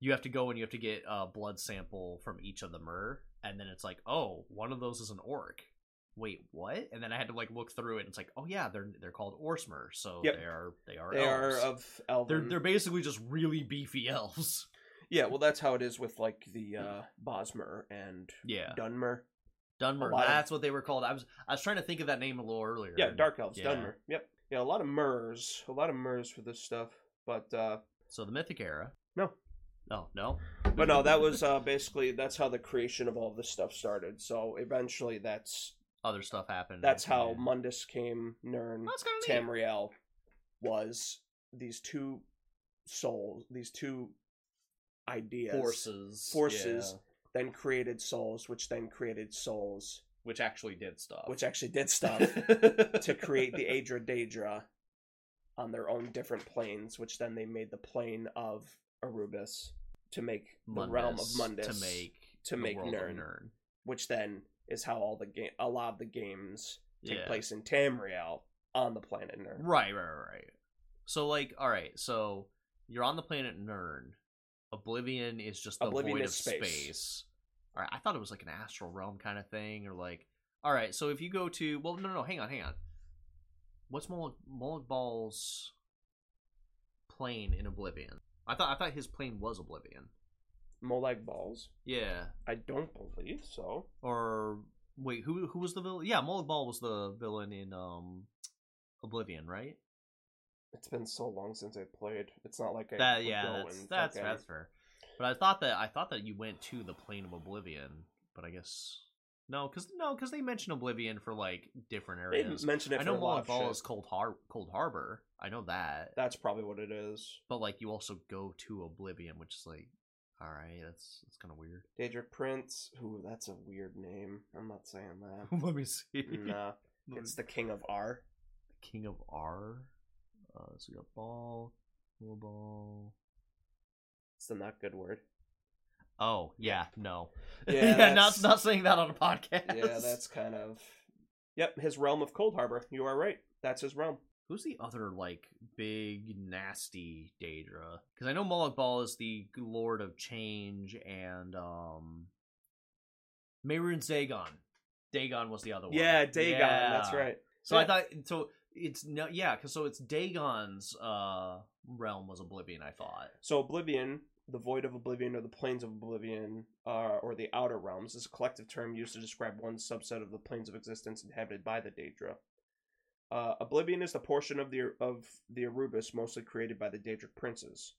[SPEAKER 2] you have to go and you have to get a blood sample from each of the Mer, and then it's like, oh, one of those is an orc. Wait, what? And then I had to like look through it. and It's like, oh yeah, they're they're called Orsmer, so
[SPEAKER 1] Yep.
[SPEAKER 2] they are they are
[SPEAKER 1] They
[SPEAKER 2] elves.
[SPEAKER 1] are of elven.
[SPEAKER 2] they're they're basically just really beefy elves.
[SPEAKER 1] Yeah, well that's how it is with like the uh, Bosmer and
[SPEAKER 2] Yeah,
[SPEAKER 1] Dunmer.
[SPEAKER 2] Dunmer.
[SPEAKER 1] A lot of-
[SPEAKER 2] That's what they were called. I was I was trying to think of that name a little earlier.
[SPEAKER 1] Yeah,
[SPEAKER 2] and-
[SPEAKER 1] dark elves.
[SPEAKER 2] yeah.
[SPEAKER 1] Dunmer. Yep. Yeah, a lot of murs, a lot of murs for this stuff. But uh,
[SPEAKER 2] So the Mythic era.
[SPEAKER 1] No.
[SPEAKER 2] No, no.
[SPEAKER 1] but no, that was uh, basically that's how the creation of all this stuff started. So eventually, that's
[SPEAKER 2] Other stuff happened.
[SPEAKER 1] that's how
[SPEAKER 2] Yeah.
[SPEAKER 1] Mundus came, Nern,
[SPEAKER 2] That's kind of neat.
[SPEAKER 1] Tamriel was these two souls, these two ideas,
[SPEAKER 2] forces
[SPEAKER 1] forces.
[SPEAKER 2] yeah,
[SPEAKER 1] then created souls, which then created souls,
[SPEAKER 2] which actually did stuff
[SPEAKER 1] which actually did stuff to create the Adra Daedra on their own different planes, which then they made the plane of Arubis to make the realm of Mundus,
[SPEAKER 2] to make
[SPEAKER 1] to
[SPEAKER 2] the
[SPEAKER 1] make
[SPEAKER 2] world of
[SPEAKER 1] Nern.
[SPEAKER 2] Nern.
[SPEAKER 1] which then is how all the game, a lot of the games take
[SPEAKER 2] Yeah.
[SPEAKER 1] place in Tamriel on the planet Nern.
[SPEAKER 2] Right, right, right, right. So like, all right, so you're on the planet Nern. Oblivion is just the
[SPEAKER 1] Oblivion
[SPEAKER 2] void
[SPEAKER 1] is
[SPEAKER 2] of space.
[SPEAKER 1] space.
[SPEAKER 2] All right, I thought it was like an astral realm kind of thing, or like, all right, so if you go to, well, no, no, no hang on, hang on. What's Moloch, Moloch Ball's plane in Oblivion? I thought I thought his plane was Oblivion.
[SPEAKER 1] Molag balls?
[SPEAKER 2] Yeah.
[SPEAKER 1] I don't believe so.
[SPEAKER 2] Or wait, who who was the villain? Yeah, Moloch Ball was the villain in um Oblivion, right?
[SPEAKER 1] It's been so long since I played. It's not like I
[SPEAKER 2] that
[SPEAKER 1] could
[SPEAKER 2] yeah
[SPEAKER 1] go
[SPEAKER 2] that's
[SPEAKER 1] and
[SPEAKER 2] that's,
[SPEAKER 1] fucking-
[SPEAKER 2] that's fair but i thought that i thought that you went to the plane of oblivion but i guess no because no because they mention oblivion for like different
[SPEAKER 1] They
[SPEAKER 2] areas
[SPEAKER 1] didn't mention it
[SPEAKER 2] i
[SPEAKER 1] for
[SPEAKER 2] know
[SPEAKER 1] a lot of
[SPEAKER 2] Moloch Ball
[SPEAKER 1] shit.
[SPEAKER 2] is cold, Har- cold harbor i know that
[SPEAKER 1] That's probably what it is.
[SPEAKER 2] but like you also go to oblivion which is like all right that's that's kind of weird
[SPEAKER 1] Daedric Prince. Ooh, that's a weird name. I'm not saying that.
[SPEAKER 2] let me see
[SPEAKER 1] nah,
[SPEAKER 2] Let me-
[SPEAKER 1] it's the King of R.
[SPEAKER 2] king of r uh so we got ball Moloch ball
[SPEAKER 1] It's the not good word.
[SPEAKER 2] oh yeah no
[SPEAKER 1] Yeah,
[SPEAKER 2] yeah, not
[SPEAKER 1] that's-
[SPEAKER 2] not saying that on a podcast
[SPEAKER 1] Yeah, that's kind of. Yep, his realm of Cold Harbor. You are right. That's his realm.
[SPEAKER 2] Who's the other like big nasty Daedra? Because I know Moloch Ball is the Lord of Change and um Mehrunes Dagon. Dagon was the other one.
[SPEAKER 1] Yeah, Dagon. That's
[SPEAKER 2] Yeah.
[SPEAKER 1] right.
[SPEAKER 2] So I
[SPEAKER 1] Yeah.
[SPEAKER 2] thought so it's no yeah because so it's Dagon's uh realm was Oblivion. I thought
[SPEAKER 1] So Oblivion, the void of Oblivion, or the planes of Oblivion, uh, or the outer realms, is a collective term used to describe one subset of the planes of existence inhabited by the Daedra. Uh, Oblivion is the portion of the of the Arubis mostly created by the Daedric princes.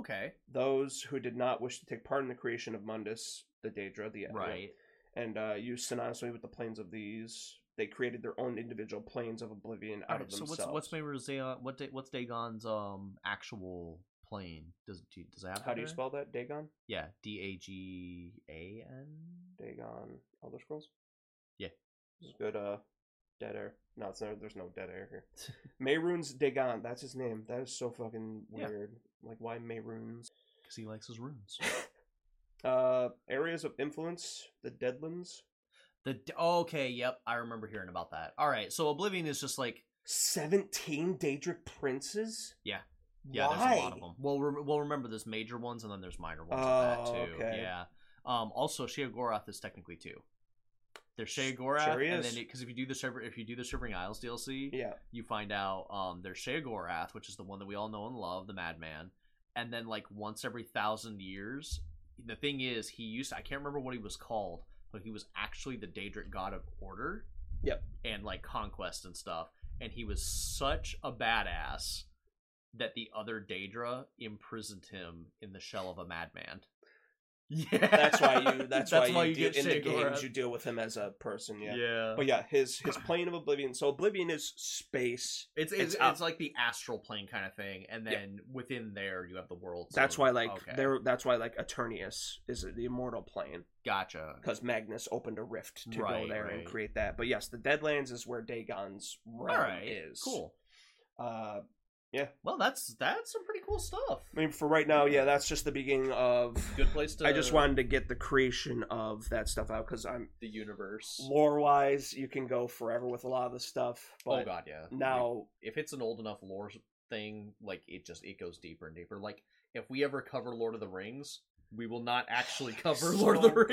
[SPEAKER 2] okay
[SPEAKER 1] Those who did not wish to take part in the creation of Mundus, the Daedra, the Aetna,
[SPEAKER 2] right
[SPEAKER 1] and uh, used synonymously with the planes of these they created their own individual planes of oblivion out of
[SPEAKER 2] so
[SPEAKER 1] themselves.
[SPEAKER 2] what's what's maybe Zayon, what da- what's Dagon's um actual plane? Does do, does it have?
[SPEAKER 1] How
[SPEAKER 2] that
[SPEAKER 1] do you
[SPEAKER 2] there?
[SPEAKER 1] spell that? Dagon?
[SPEAKER 2] Yeah, D A G A N.
[SPEAKER 1] Dagon Elder Scrolls?
[SPEAKER 2] Yeah.
[SPEAKER 1] Just go to uh, Dead Air. No, it's not, there's no Dead Air here. Mehrunes Dagon. That's his name. That is so fucking
[SPEAKER 2] Yeah.
[SPEAKER 1] weird. Like, why Mehrunes?
[SPEAKER 2] Because he likes his runes.
[SPEAKER 1] Uh, areas of influence, the Deadlands.
[SPEAKER 2] The d- oh, okay, yep, I remember hearing about that. All right, so Oblivion is just like
[SPEAKER 1] 17 Daedric princes?
[SPEAKER 2] Yeah. yeah,
[SPEAKER 1] Why?
[SPEAKER 2] there's a lot of them. Well, re- well, remember there's major ones and then there's minor ones of
[SPEAKER 1] Oh,
[SPEAKER 2] that too.
[SPEAKER 1] okay.
[SPEAKER 2] Yeah. Um. Also, Shea Gorath is technically two. There's Shea Gorath,
[SPEAKER 1] sure
[SPEAKER 2] and
[SPEAKER 1] is.
[SPEAKER 2] then because if you do the Shiver, if you do the Shivering Isles DLC,
[SPEAKER 1] Yeah.
[SPEAKER 2] you find out um there's Shea Gorath, which is the one that we all know and love, the madman. And then like once every thousand years, the thing is he used I can't remember what he was called, but he was actually the Daedric god of order.
[SPEAKER 1] Yep.
[SPEAKER 2] And like conquest and stuff. And he was such a badass that the other Daedra imprisoned him in the shell of a madman. Yeah.
[SPEAKER 1] That's why you. That's, why, you, deal, in the
[SPEAKER 2] Shea Gorath.
[SPEAKER 1] games you deal with him as a person. Yeah.
[SPEAKER 2] yeah.
[SPEAKER 1] But yeah, his his plane of oblivion. So oblivion is space.
[SPEAKER 2] It's
[SPEAKER 1] It's
[SPEAKER 2] it's, it's,
[SPEAKER 1] up.
[SPEAKER 2] like the astral plane kind of thing, and
[SPEAKER 1] Yeah.
[SPEAKER 2] then within there you have the world.
[SPEAKER 1] That's
[SPEAKER 2] zone.
[SPEAKER 1] why like
[SPEAKER 2] Okay.
[SPEAKER 1] there. That's why like Eternius is the immortal plane.
[SPEAKER 2] Gotcha.
[SPEAKER 1] because Magnus opened a rift to go
[SPEAKER 2] Right,
[SPEAKER 1] there and
[SPEAKER 2] right.
[SPEAKER 1] create that. But yes, the Deadlands is where Dagon's
[SPEAKER 2] All
[SPEAKER 1] realm
[SPEAKER 2] right.
[SPEAKER 1] is.
[SPEAKER 2] Cool.
[SPEAKER 1] Uh,
[SPEAKER 2] Well, that's that's some pretty cool stuff.
[SPEAKER 1] I mean, for right now, yeah, that's just the beginning of.
[SPEAKER 2] Good place to.
[SPEAKER 1] I just wanted to get the creation of that stuff out because I'm
[SPEAKER 2] the universe.
[SPEAKER 1] lore wise, you can go forever with a lot of the stuff. But
[SPEAKER 2] oh God, yeah. Like,
[SPEAKER 1] now,
[SPEAKER 2] if it's an old enough lore thing, like it just it goes deeper and deeper. Like if we ever cover Lord of the Rings, we will not actually cover
[SPEAKER 1] So
[SPEAKER 2] Lord of the
[SPEAKER 1] good.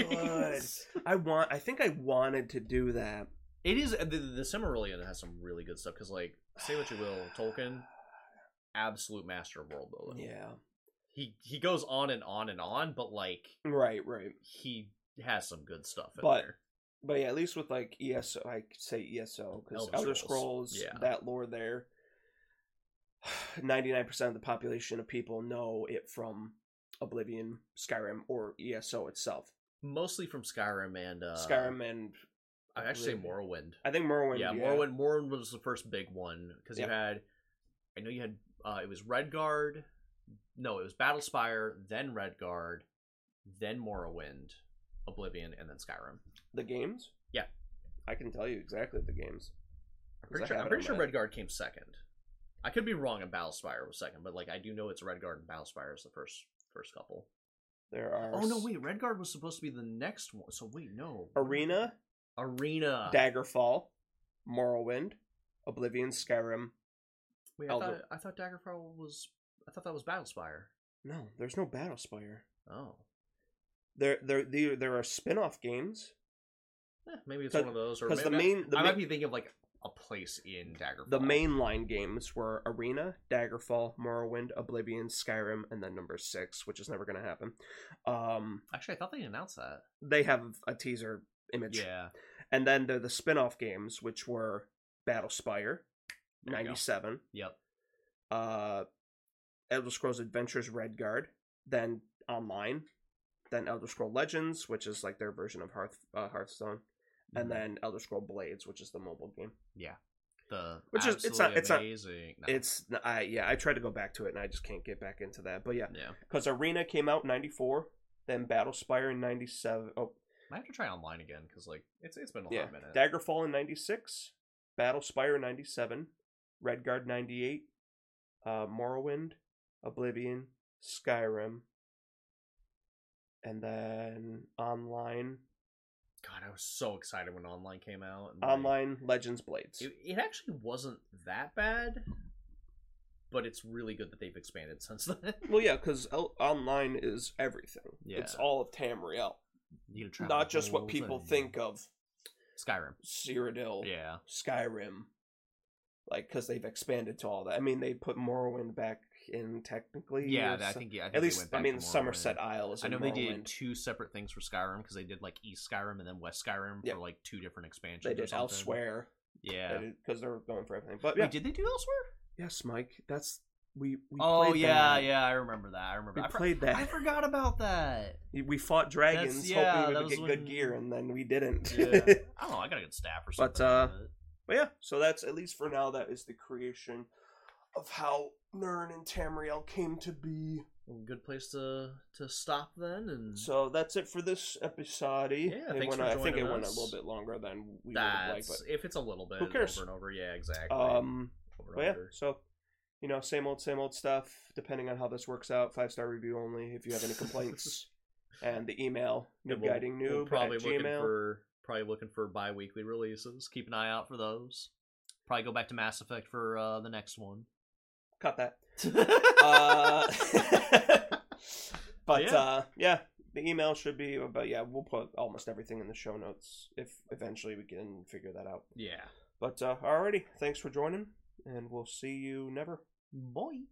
[SPEAKER 2] Rings.
[SPEAKER 1] I want. I think I wanted to do that.
[SPEAKER 2] It is the, the Silmarillion has some really good stuff because, like, say what you will, Tolkien, absolute master of world building.
[SPEAKER 1] Yeah.
[SPEAKER 2] he he goes on and on and on, but like
[SPEAKER 1] Right. Right.
[SPEAKER 2] he has some good stuff in
[SPEAKER 1] But-
[SPEAKER 2] there.
[SPEAKER 1] But yeah, at least with like ESO, I say E ESO because
[SPEAKER 2] Elder
[SPEAKER 1] Elder
[SPEAKER 2] Scrolls,
[SPEAKER 1] Scrolls,
[SPEAKER 2] yeah.
[SPEAKER 1] that lore there, ninety nine percent of the population of people know it from Oblivion, Skyrim, or ESO itself.
[SPEAKER 2] Mostly from Skyrim and uh,
[SPEAKER 1] Skyrim and
[SPEAKER 2] I actually say
[SPEAKER 1] Oblivion.
[SPEAKER 2] Morrowind.
[SPEAKER 1] I think Morrowind.
[SPEAKER 2] yeah,
[SPEAKER 1] Yeah,
[SPEAKER 2] Morrowind. Morrowind was the first big one because
[SPEAKER 1] Yeah.
[SPEAKER 2] you had, I know you had, uh, it was Redguard. No, it was Battlespire, then Redguard, then Morrowind, Oblivion, and then Skyrim.
[SPEAKER 1] The games.
[SPEAKER 2] Yeah.
[SPEAKER 1] I can tell you exactly the games.
[SPEAKER 2] I'm
[SPEAKER 1] 'Cause I
[SPEAKER 2] pretty sure,
[SPEAKER 1] have
[SPEAKER 2] I'm
[SPEAKER 1] it
[SPEAKER 2] pretty
[SPEAKER 1] on
[SPEAKER 2] sure
[SPEAKER 1] my-
[SPEAKER 2] Redguard came second. I could be wrong, and Battlespire was second, but like I do know it's Redguard and Battlespire is the first first couple.
[SPEAKER 1] There are.
[SPEAKER 2] Oh no,
[SPEAKER 1] s-
[SPEAKER 2] wait, Redguard was supposed to be the next one. So wait, no,
[SPEAKER 1] Arena,
[SPEAKER 2] Arena.
[SPEAKER 1] Daggerfall, Morrowind, Oblivion, Skyrim.
[SPEAKER 2] wait, I thought,
[SPEAKER 1] Elder-
[SPEAKER 2] I thought Daggerfall was. I thought that was Battlespire.
[SPEAKER 1] No, there's no Battlespire.
[SPEAKER 2] Oh,
[SPEAKER 1] There, there, there, there are spin off games.
[SPEAKER 2] Eh, maybe it's
[SPEAKER 1] 'Cause-
[SPEAKER 2] one of those. Or
[SPEAKER 1] Because the
[SPEAKER 2] maybe-
[SPEAKER 1] main, the
[SPEAKER 2] I
[SPEAKER 1] main,
[SPEAKER 2] might be thinking of like a place in Daggerfall.
[SPEAKER 1] The mainline games were Arena, Daggerfall, Morrowind, Oblivion, Skyrim, and then number six, which is never going to happen. Um,
[SPEAKER 2] Actually, I thought they announced that.
[SPEAKER 1] they have a teaser image,
[SPEAKER 2] Yeah.
[SPEAKER 1] and then there are the spin-off games, which were Battlespire,
[SPEAKER 2] There you go.
[SPEAKER 1] ninety seven,
[SPEAKER 2] Yep.
[SPEAKER 1] uh, Elder Scrolls Adventures Redguard, then Online, then Elder Scroll Legends, which is like their version of Hearth uh, Hearthstone,
[SPEAKER 2] Mm-hmm.
[SPEAKER 1] and then Elder Scroll Blades, which is the mobile game.
[SPEAKER 2] the
[SPEAKER 1] Which is- it's not-
[SPEAKER 2] absolutely
[SPEAKER 1] it's not-
[SPEAKER 2] amazing. no.
[SPEAKER 1] It's I yeah, I tried to go back to it and I just can't get back into that, but yeah.
[SPEAKER 2] yeah.
[SPEAKER 1] because Arena came out in '94, then Battlespire in '97. Oh,
[SPEAKER 2] I have to try online again because like it's it's been a
[SPEAKER 1] yeah,
[SPEAKER 2] hot minute.
[SPEAKER 1] Daggerfall in '96, Battlespire in '97, Redguard '98, uh, Morrowind, Oblivion, Skyrim, and then online,
[SPEAKER 2] God, I was so excited when online came out. and, like,
[SPEAKER 1] online Legends Blades.
[SPEAKER 2] It, it actually wasn't that bad, but it's really good that they've expanded since then.
[SPEAKER 1] Well, yeah, because online is everything. It's
[SPEAKER 2] Yeah.
[SPEAKER 1] all of Tamriel,
[SPEAKER 2] You travel
[SPEAKER 1] not just
[SPEAKER 2] the
[SPEAKER 1] what
[SPEAKER 2] whole
[SPEAKER 1] people
[SPEAKER 2] thing.
[SPEAKER 1] think of
[SPEAKER 2] Skyrim.
[SPEAKER 1] Cyrodiil.
[SPEAKER 2] Yeah.
[SPEAKER 1] Skyrim, like because they've expanded to all that. I mean, they put Morrowind back in technically.
[SPEAKER 2] Yeah,
[SPEAKER 1] or
[SPEAKER 2] that, I
[SPEAKER 1] so-
[SPEAKER 2] think yeah. I think
[SPEAKER 1] at
[SPEAKER 2] they
[SPEAKER 1] least
[SPEAKER 2] went
[SPEAKER 1] I
[SPEAKER 2] back
[SPEAKER 1] mean
[SPEAKER 2] to Morrowind.
[SPEAKER 1] Somerset Isle is.
[SPEAKER 2] I
[SPEAKER 1] in
[SPEAKER 2] know they did
[SPEAKER 1] Morrowind.
[SPEAKER 2] two separate things for Skyrim because they did like East Skyrim and then West Skyrim
[SPEAKER 1] Yep.
[SPEAKER 2] for like two different expansions.
[SPEAKER 1] They
[SPEAKER 2] or
[SPEAKER 1] did
[SPEAKER 2] something.
[SPEAKER 1] elsewhere
[SPEAKER 2] Yeah.
[SPEAKER 1] because they're going for everything. But
[SPEAKER 2] Wait,
[SPEAKER 1] yeah,
[SPEAKER 2] did they do elsewhere?
[SPEAKER 1] yes, Mike, that's We, we
[SPEAKER 2] oh
[SPEAKER 1] played
[SPEAKER 2] yeah,
[SPEAKER 1] that.
[SPEAKER 2] yeah, I remember that. I remember.
[SPEAKER 1] We
[SPEAKER 2] I, for-
[SPEAKER 1] played that.
[SPEAKER 2] I forgot about that.
[SPEAKER 1] We fought dragons
[SPEAKER 2] yeah,
[SPEAKER 1] hoping we
[SPEAKER 2] that
[SPEAKER 1] would
[SPEAKER 2] was
[SPEAKER 1] get good
[SPEAKER 2] when-
[SPEAKER 1] gear, and then we didn't.
[SPEAKER 2] Yeah. I don't know. I got a good staff or something.
[SPEAKER 1] But, uh,
[SPEAKER 2] but-
[SPEAKER 1] But yeah, so that's at least for now. That is the creation of how Nern and Tamriel came to be.
[SPEAKER 2] Well, good place to to stop then, and
[SPEAKER 1] So that's it for this episode.
[SPEAKER 2] Yeah,
[SPEAKER 1] it
[SPEAKER 2] thanks
[SPEAKER 1] went,
[SPEAKER 2] for
[SPEAKER 1] I think it
[SPEAKER 2] joining
[SPEAKER 1] went a
[SPEAKER 2] us.
[SPEAKER 1] little bit longer than we would have liked,
[SPEAKER 2] that's
[SPEAKER 1] but
[SPEAKER 2] if it's a little bit
[SPEAKER 1] Who cares?
[SPEAKER 2] over and over. Yeah, exactly.
[SPEAKER 1] um,
[SPEAKER 2] Over and
[SPEAKER 1] but yeah.
[SPEAKER 2] over.
[SPEAKER 1] So you know, same old, same old stuff. Depending on how this works out, five star review only. If you have any complaints, and the email
[SPEAKER 2] Yeah,
[SPEAKER 1] noob
[SPEAKER 2] we'll-
[SPEAKER 1] guiding
[SPEAKER 2] we're
[SPEAKER 1] noob
[SPEAKER 2] probably
[SPEAKER 1] at
[SPEAKER 2] looking
[SPEAKER 1] Gmail.
[SPEAKER 2] for probably looking for bi-weekly releases. Keep an eye out for those. Probably go back to Mass Effect for uh, the next one.
[SPEAKER 1] Cut that. Uh,
[SPEAKER 2] uh,
[SPEAKER 1] but
[SPEAKER 2] Yeah.
[SPEAKER 1] uh yeah the email should be but yeah we'll put almost everything in the show notes if eventually we can figure that out
[SPEAKER 2] yeah.
[SPEAKER 1] but uh alrighty thanks for joining and we'll see you never
[SPEAKER 2] Boy.